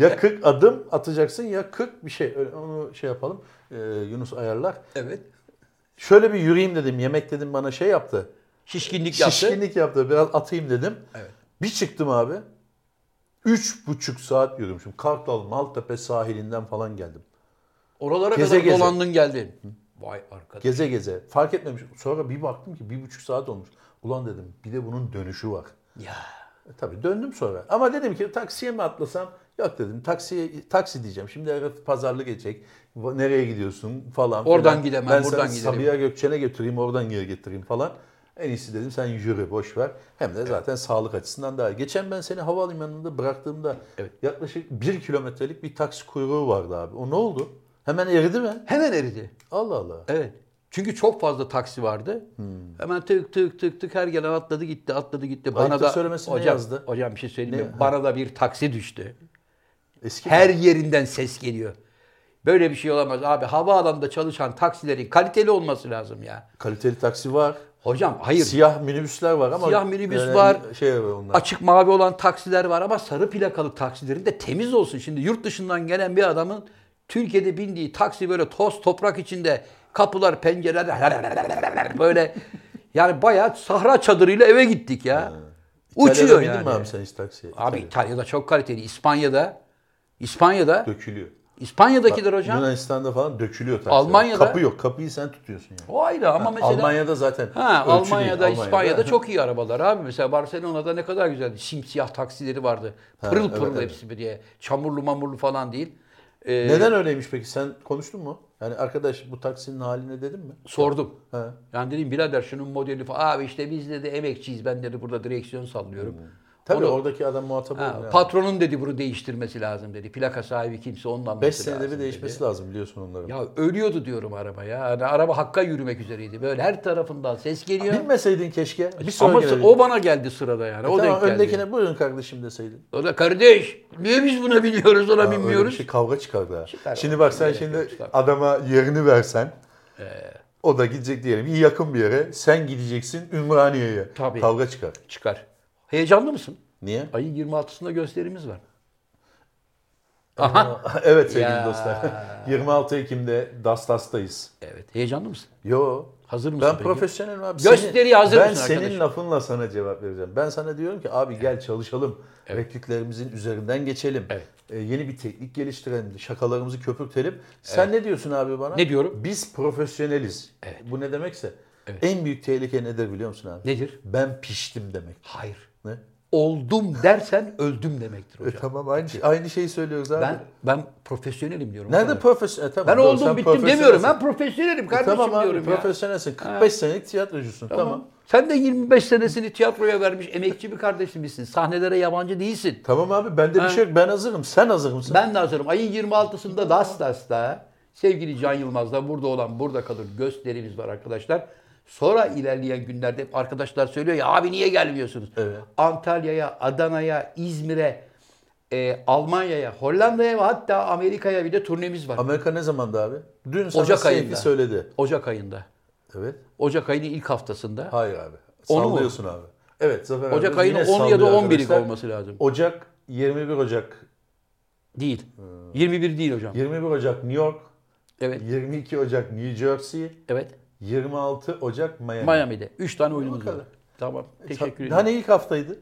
[LAUGHS] ya 40 adım atacaksın ya 40 bir şey. Öyle onu şey yapalım. Ee, Yunus ayarlar.
Evet.
Şöyle bir yürüyeyim dedim. Yemek dedim bana şey yaptı.
Şişkinlik yaptı.
Şişkinlik yaptı. Biraz atayım dedim.
Evet.
Bir çıktım abi. Üç buçuk saat yürümüşüm. Kartal, Maltepe sahilinden falan geldim.
Oralara
Geze
kadar
geze.
dolandın geldin. Vay arkadaş.
Geze geze. Fark etmemiş. Sonra bir baktım ki bir buçuk saat olmuş. Ulan dedim bir de bunun dönüşü var.
Ya.
E, Tabii döndüm sonra. Ama dedim ki taksiye mi atlasam? Yok dedim. Taksiye taksi diyeceğim. Şimdi herif pazarlı geçecek. Va- Nereye gidiyorsun falan.
Oradan
filan.
gidemem,
ben
buradan
seni
giderim.
Sabiha Gökçen'e götüreyim, oradan geri getireyim falan. En iyisi dedim sen yürü boş ver. Hem de zaten sağlık açısından daha iyi. Geçen ben seni havalimanında bıraktığımda
Evet.
yaklaşık bir kilometrelik bir taksi kuyruğu vardı abi. O ne oldu? Hemen eridi mi?
Hemen eridi.
Allah Allah.
Evet. Çünkü çok fazla taksi vardı. Hemen tık tık tık tık her gelen atladı gitti, atladı gitti. Bana
Ayıptır
da
söylemesine
hocam,
yazdı.
Hocam bir şey söyleyeyim
Ne?
mi? Bana da bir taksi düştü.
Eski
Her yerinden ses geliyor. Böyle bir şey olamaz abi. Havaalanında çalışan taksilerin kaliteli olması lazım ya.
kaliteli taksi var.
Hocam hayır.
Siyah minibüsler var ama
Siyah minibüs
yani
var.
Şey var onlar.
Açık mavi olan taksiler var ama sarı plakalı taksilerin de temiz olsun. Şimdi yurt dışından gelen bir adamın Türkiye'de bindiği taksi böyle toz toprak içinde kapılar pencereler [LAUGHS] böyle yani bayağı sahra çadırıyla eve gittik ya. Uçuyor
İtalya'da bindin
yani.
mi abi sen hiç taksiye?
Abi
İtalya'da.
İtalya'da çok kaliteli. İspanya'da İspanya'da
dökülüyor.
İspanya'dakidir hocam.
Yunanistan'da falan dökülüyor taksiler.
Almanya'da-
Kapı yok. Kapıyı sen tutuyorsun yani.
O ayrı ama mesela
Almanya'da zaten
Ha,
ölçü değil.
Almanya'da, İspanya'da çok iyi arabalar abi. Mesela Barcelona'da ne kadar güzeldi. Simsiyah taksileri vardı. Pırıl
evet,
pırıl
evet.
hepsi bir diye. Çamurlu mamurlu falan değil. Ee,
Neden öyleymiş peki? Sen konuştun mu? Yani arkadaş bu taksinin haline dedin mi?
Sordum.
Ha.
Yani dedim birader şunun modeli falan. Abi işte biz dedi emekçiyiz. Ben dedi burada direksiyon sallıyorum.
Hmm. Tabii
Onu-
oradaki adam muhatap
Ha,
olmuyor.
patronun dedi bunu değiştirmesi lazım dedi. Plaka sahibi kimse onun anlaması
5
lazım
senede bir değişmesi lazım biliyorsun onların.
Ya ölüyordu diyorum araba ya. Hani araba hakka yürümek üzereydi. Böyle her tarafından ses geliyor.
Bilmeseydin keşke. Bir
Ama
sonraki E
o bana geldi sırada yani. o
tamam,
denk geldi.
öndekine buyurun kardeşim deseydin.
O da kardeş niye biz buna biniyoruz ona
Ha, öyle bir
binmiyoruz?
şey kavga çıkardı ha.
Çıkar
şimdi
o,
bak sen
gerek
şimdi
yok, Ee. çıkar.
adama yerini versen o da gidecek diyelim iyi yakın bir yere. Sen gideceksin Ümraniye'ye.
Tabii.
Kavga çıkar.
Çıkar. Heyecanlı mısın?
Niye?
Ayın 26'sında gösterimiz var. Aha.
[LAUGHS] evet sevgili
Ya.
dostlar. [LAUGHS] 26 Ekim'de Dastas'tayız.
Evet. Heyecanlı mısın?
Yo.
Hazır mısın?
Ben
peki?
profesyonelim abi.
Gösteriye
Senin-
hazır
Ben
mısın
senin
arkadaş?
lafınla sana cevap vereceğim. Ben sana diyorum ki abi gel çalışalım. Repliklerimizin üzerinden geçelim.
Evet.
Ee, yeni bir teknik geliştirelim. Şakalarımızı köpürtelim. Sen ne diyorsun abi bana?
Ne diyorum?
Biz profesyoneliz. Bu ne demekse? En büyük tehlike nedir biliyor musun abi?
Nedir?
Ben piştim demek.
Hayır.
Ne?
Oldum dersen öldüm demektir
E,
hocam.
tamam aynı şey- aynı şeyi söylüyoruz abi.
Ben ben profesyonelim diyorum.
Nerede
Sana.
profesyonel? E, tamam,
Ben
doğru,
oldum
sen
bittim demiyorum.
profesyonelsin.
Ben profesyonelim
E,
kardeşim
tamam abi
diyorum ya.
profesyonelsin. 45 senelik tiyatrocusun. Tamam.
Tamam.
tamam.
Sen de 25 senesini tiyatroya vermiş emekçi bir kardeşimizsin. Sahnelere yabancı değilsin.
abi bende bir şey yok. Ben hazırım. Sen hazır mısın?
Ben de hazırım. Ayın 26'sında Das Das'ta sevgili Can Yılmaz'da burada olan burada kalır gösterimiz var arkadaşlar. Sonra ilerleyen günlerde hep arkadaşlar söylüyor ya abi niye gelmiyorsunuz?
Evet.
Antalya'ya, Adana'ya, İzmir'e, e, Almanya'ya, Hollanda'ya ve hatta Amerika'ya bir de turnemiz var.
Amerika ne zamandı abi? Dün sana
Ocak
Ocak
ayında.
söyledi.
Ocak ayında.
Evet.
Ocak ayının ilk haftasında.
Hayır abi.
Onu mu?
Sallıyorsun abi. Evet Zafer
Ocak
Algöz
ayının
yine
10 ya da
sallıyor
11'i
arkadaşlar.
olması lazım.
Ocak 21 Ocak.
Değil. 21 değil hocam.
21 Ocak New York,
Evet.
22 Ocak New Jersey,
Evet.
26 Ocak Miami.
Miami'de. 3 tane oyunumuz var.
kadar.
Tamam. Teşekkür ederim.
Hani ilk haftaydı?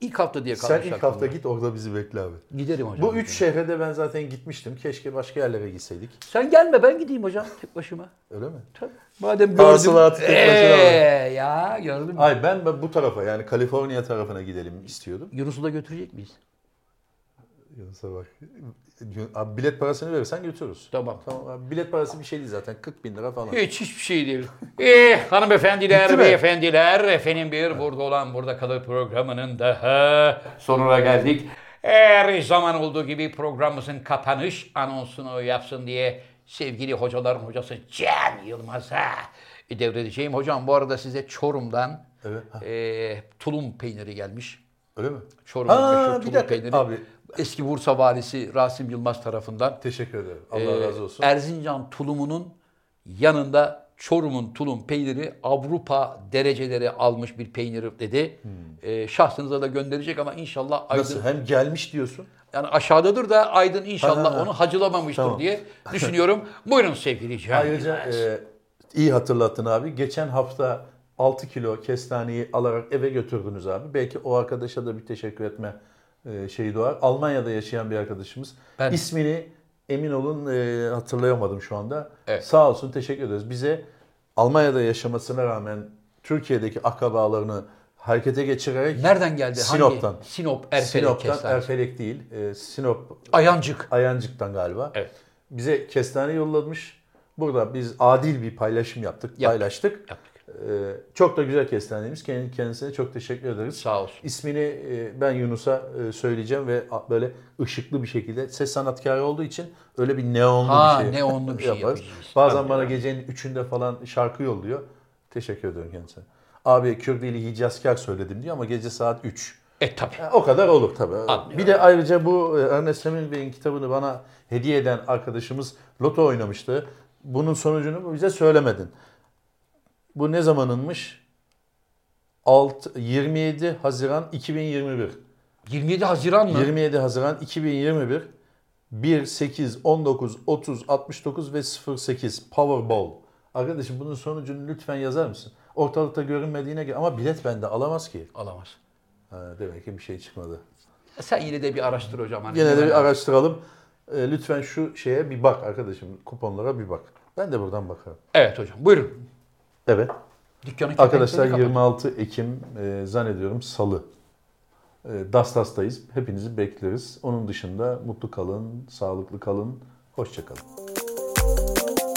İlk hafta diye kalmış
Sen ilk
aklımda.
hafta git orada bizi bekle abi.
Giderim hocam.
Bu üç şehre de ben zaten gitmiştim. Keşke başka yerlere gitseydik.
Sen gelme ben gideyim hocam tek başıma.
Öyle mi?
Tabii. Madem gördüm.
Hasılatı tek başına
Ee, ya gördüm.
Ay ben ben bu tarafa yani Kaliforniya tarafına gidelim istiyordum.
Yunus'u da götürecek miyiz?
Yunus'a bak. Abi bilet parasını verirsen götürürüz.
Tamam.
Tamam abi bilet parası bir şey değil zaten. 40 bin lira falan.
Hiç hiçbir şey değil. Eh hanımefendiler,
Bitti mi?
beyefendiler, efendim bir burada olan burada kalır programının daha sonuna geldik. Her zaman olduğu gibi programımızın kapanış anonsunu yapsın diye sevgili hocaların hocası Can Yılmaz'a devredeceğim. Hocam bu arada size Çorum'dan
Evet. Ha,
eh, tulum peyniri gelmiş.
öyle mi?
Çorum'un
Ha,
meşhur
bir
tulum
dakika
peyniri.
abi.
Eski Bursa valisi Rasim Yılmaz tarafından
Teşekkür ederim. Allah
ee,
razı olsun.
Erzincan tulumunun yanında Çorum'un tulum peyniri Avrupa dereceleri almış bir peynir dedi. Ee, şahsınıza da gönderecek ama inşallah Aydın
Hmm. Nasıl? Hem gelmiş diyorsun.
yani aşağıdadır da Aydın inşallah
Ha, ha, ha.
onu hacılamamıştır
Tamam.
diye
[LAUGHS]
düşünüyorum. Buyurun sevgili Cihan.
Ayrıca
Yılmaz.
e, iyi hatırlattın abi. Geçen hafta 6 kilo kestaneyi alarak eve götürdünüz abi. Belki o arkadaşa da bir teşekkür etme e, şeyi doğar. Almanya'da yaşayan bir arkadaşımız.
Ben-
İsmini emin olun e, hatırlayamadım şu anda.
Evet.
Sağ olsun teşekkür ederiz. Bize Almanya'da yaşamasına rağmen Türkiye'deki akrabalarını harekete geçirerek
Nereden geldi?
Sinop'tan.
Hangi? Sinop Erfelek
Sinop'tan
kestanesi.
Erfelek değil, e, Sinop
Ayancık.
Ayancık'tan galiba.
Evet.
Bize kestane yollamış. Burada biz adil bir paylaşım yaptık, paylaştık.
Yaptık.
Ee, çok da güzel kestanemiz. Kend- Kendisine çok teşekkür ederiz.
Sağ olsun.
İsmini e, ben Yunus'a e, söyleyeceğim ve a- böyle ışıklı bir şekilde ses sanatkarı olduğu için öyle bir neonlu
Ha,
bir şey
neonlu bir şey
yaparız.
yapacağız.
Bazen bana gecenin üçünde falan şarkı yolluyor. Teşekkür ediyorum kendisine. Abi Kürdili Hicazkar söyledim diyor ama gece saat 3.
E tabii.
Ya, O kadar olur tabii.
Anlıyorum.
Bir de ayrıca bu e, Ernest Hemingway'in kitabını bana hediye eden arkadaşımız loto oynamıştı. Bunun sonucunu bize söylemedin. Bu ne zamanınmış? Alt, 27 Haziran 2021.
27 Haziran mı?
27 Haziran 2021. 1, 8, 19, 30, 69 ve 08 Powerball. Arkadaşım bunun sonucunu lütfen yazar mısın? Ortalıkta görünmediğine göre ama bilet bende alamaz ki.
Alamaz.
Ha, demek ki bir şey çıkmadı.
Sen yine de bir araştır hocam. Hani
Gene de
hemen
bir araştıralım. Ee, Lütfen şu şeye bir bak arkadaşım. Kuponlara bir bak. Ben de buradan bakarım.
Evet hocam. Buyurun.
Evet.
Dükkanı
Arkadaşlar
kepenkleri kapat.
26 Ekim e, zannediyorum salı. E, Dastas'tayız. Hepinizi bekleriz. Onun dışında mutlu kalın, sağlıklı kalın, hoşça kalın.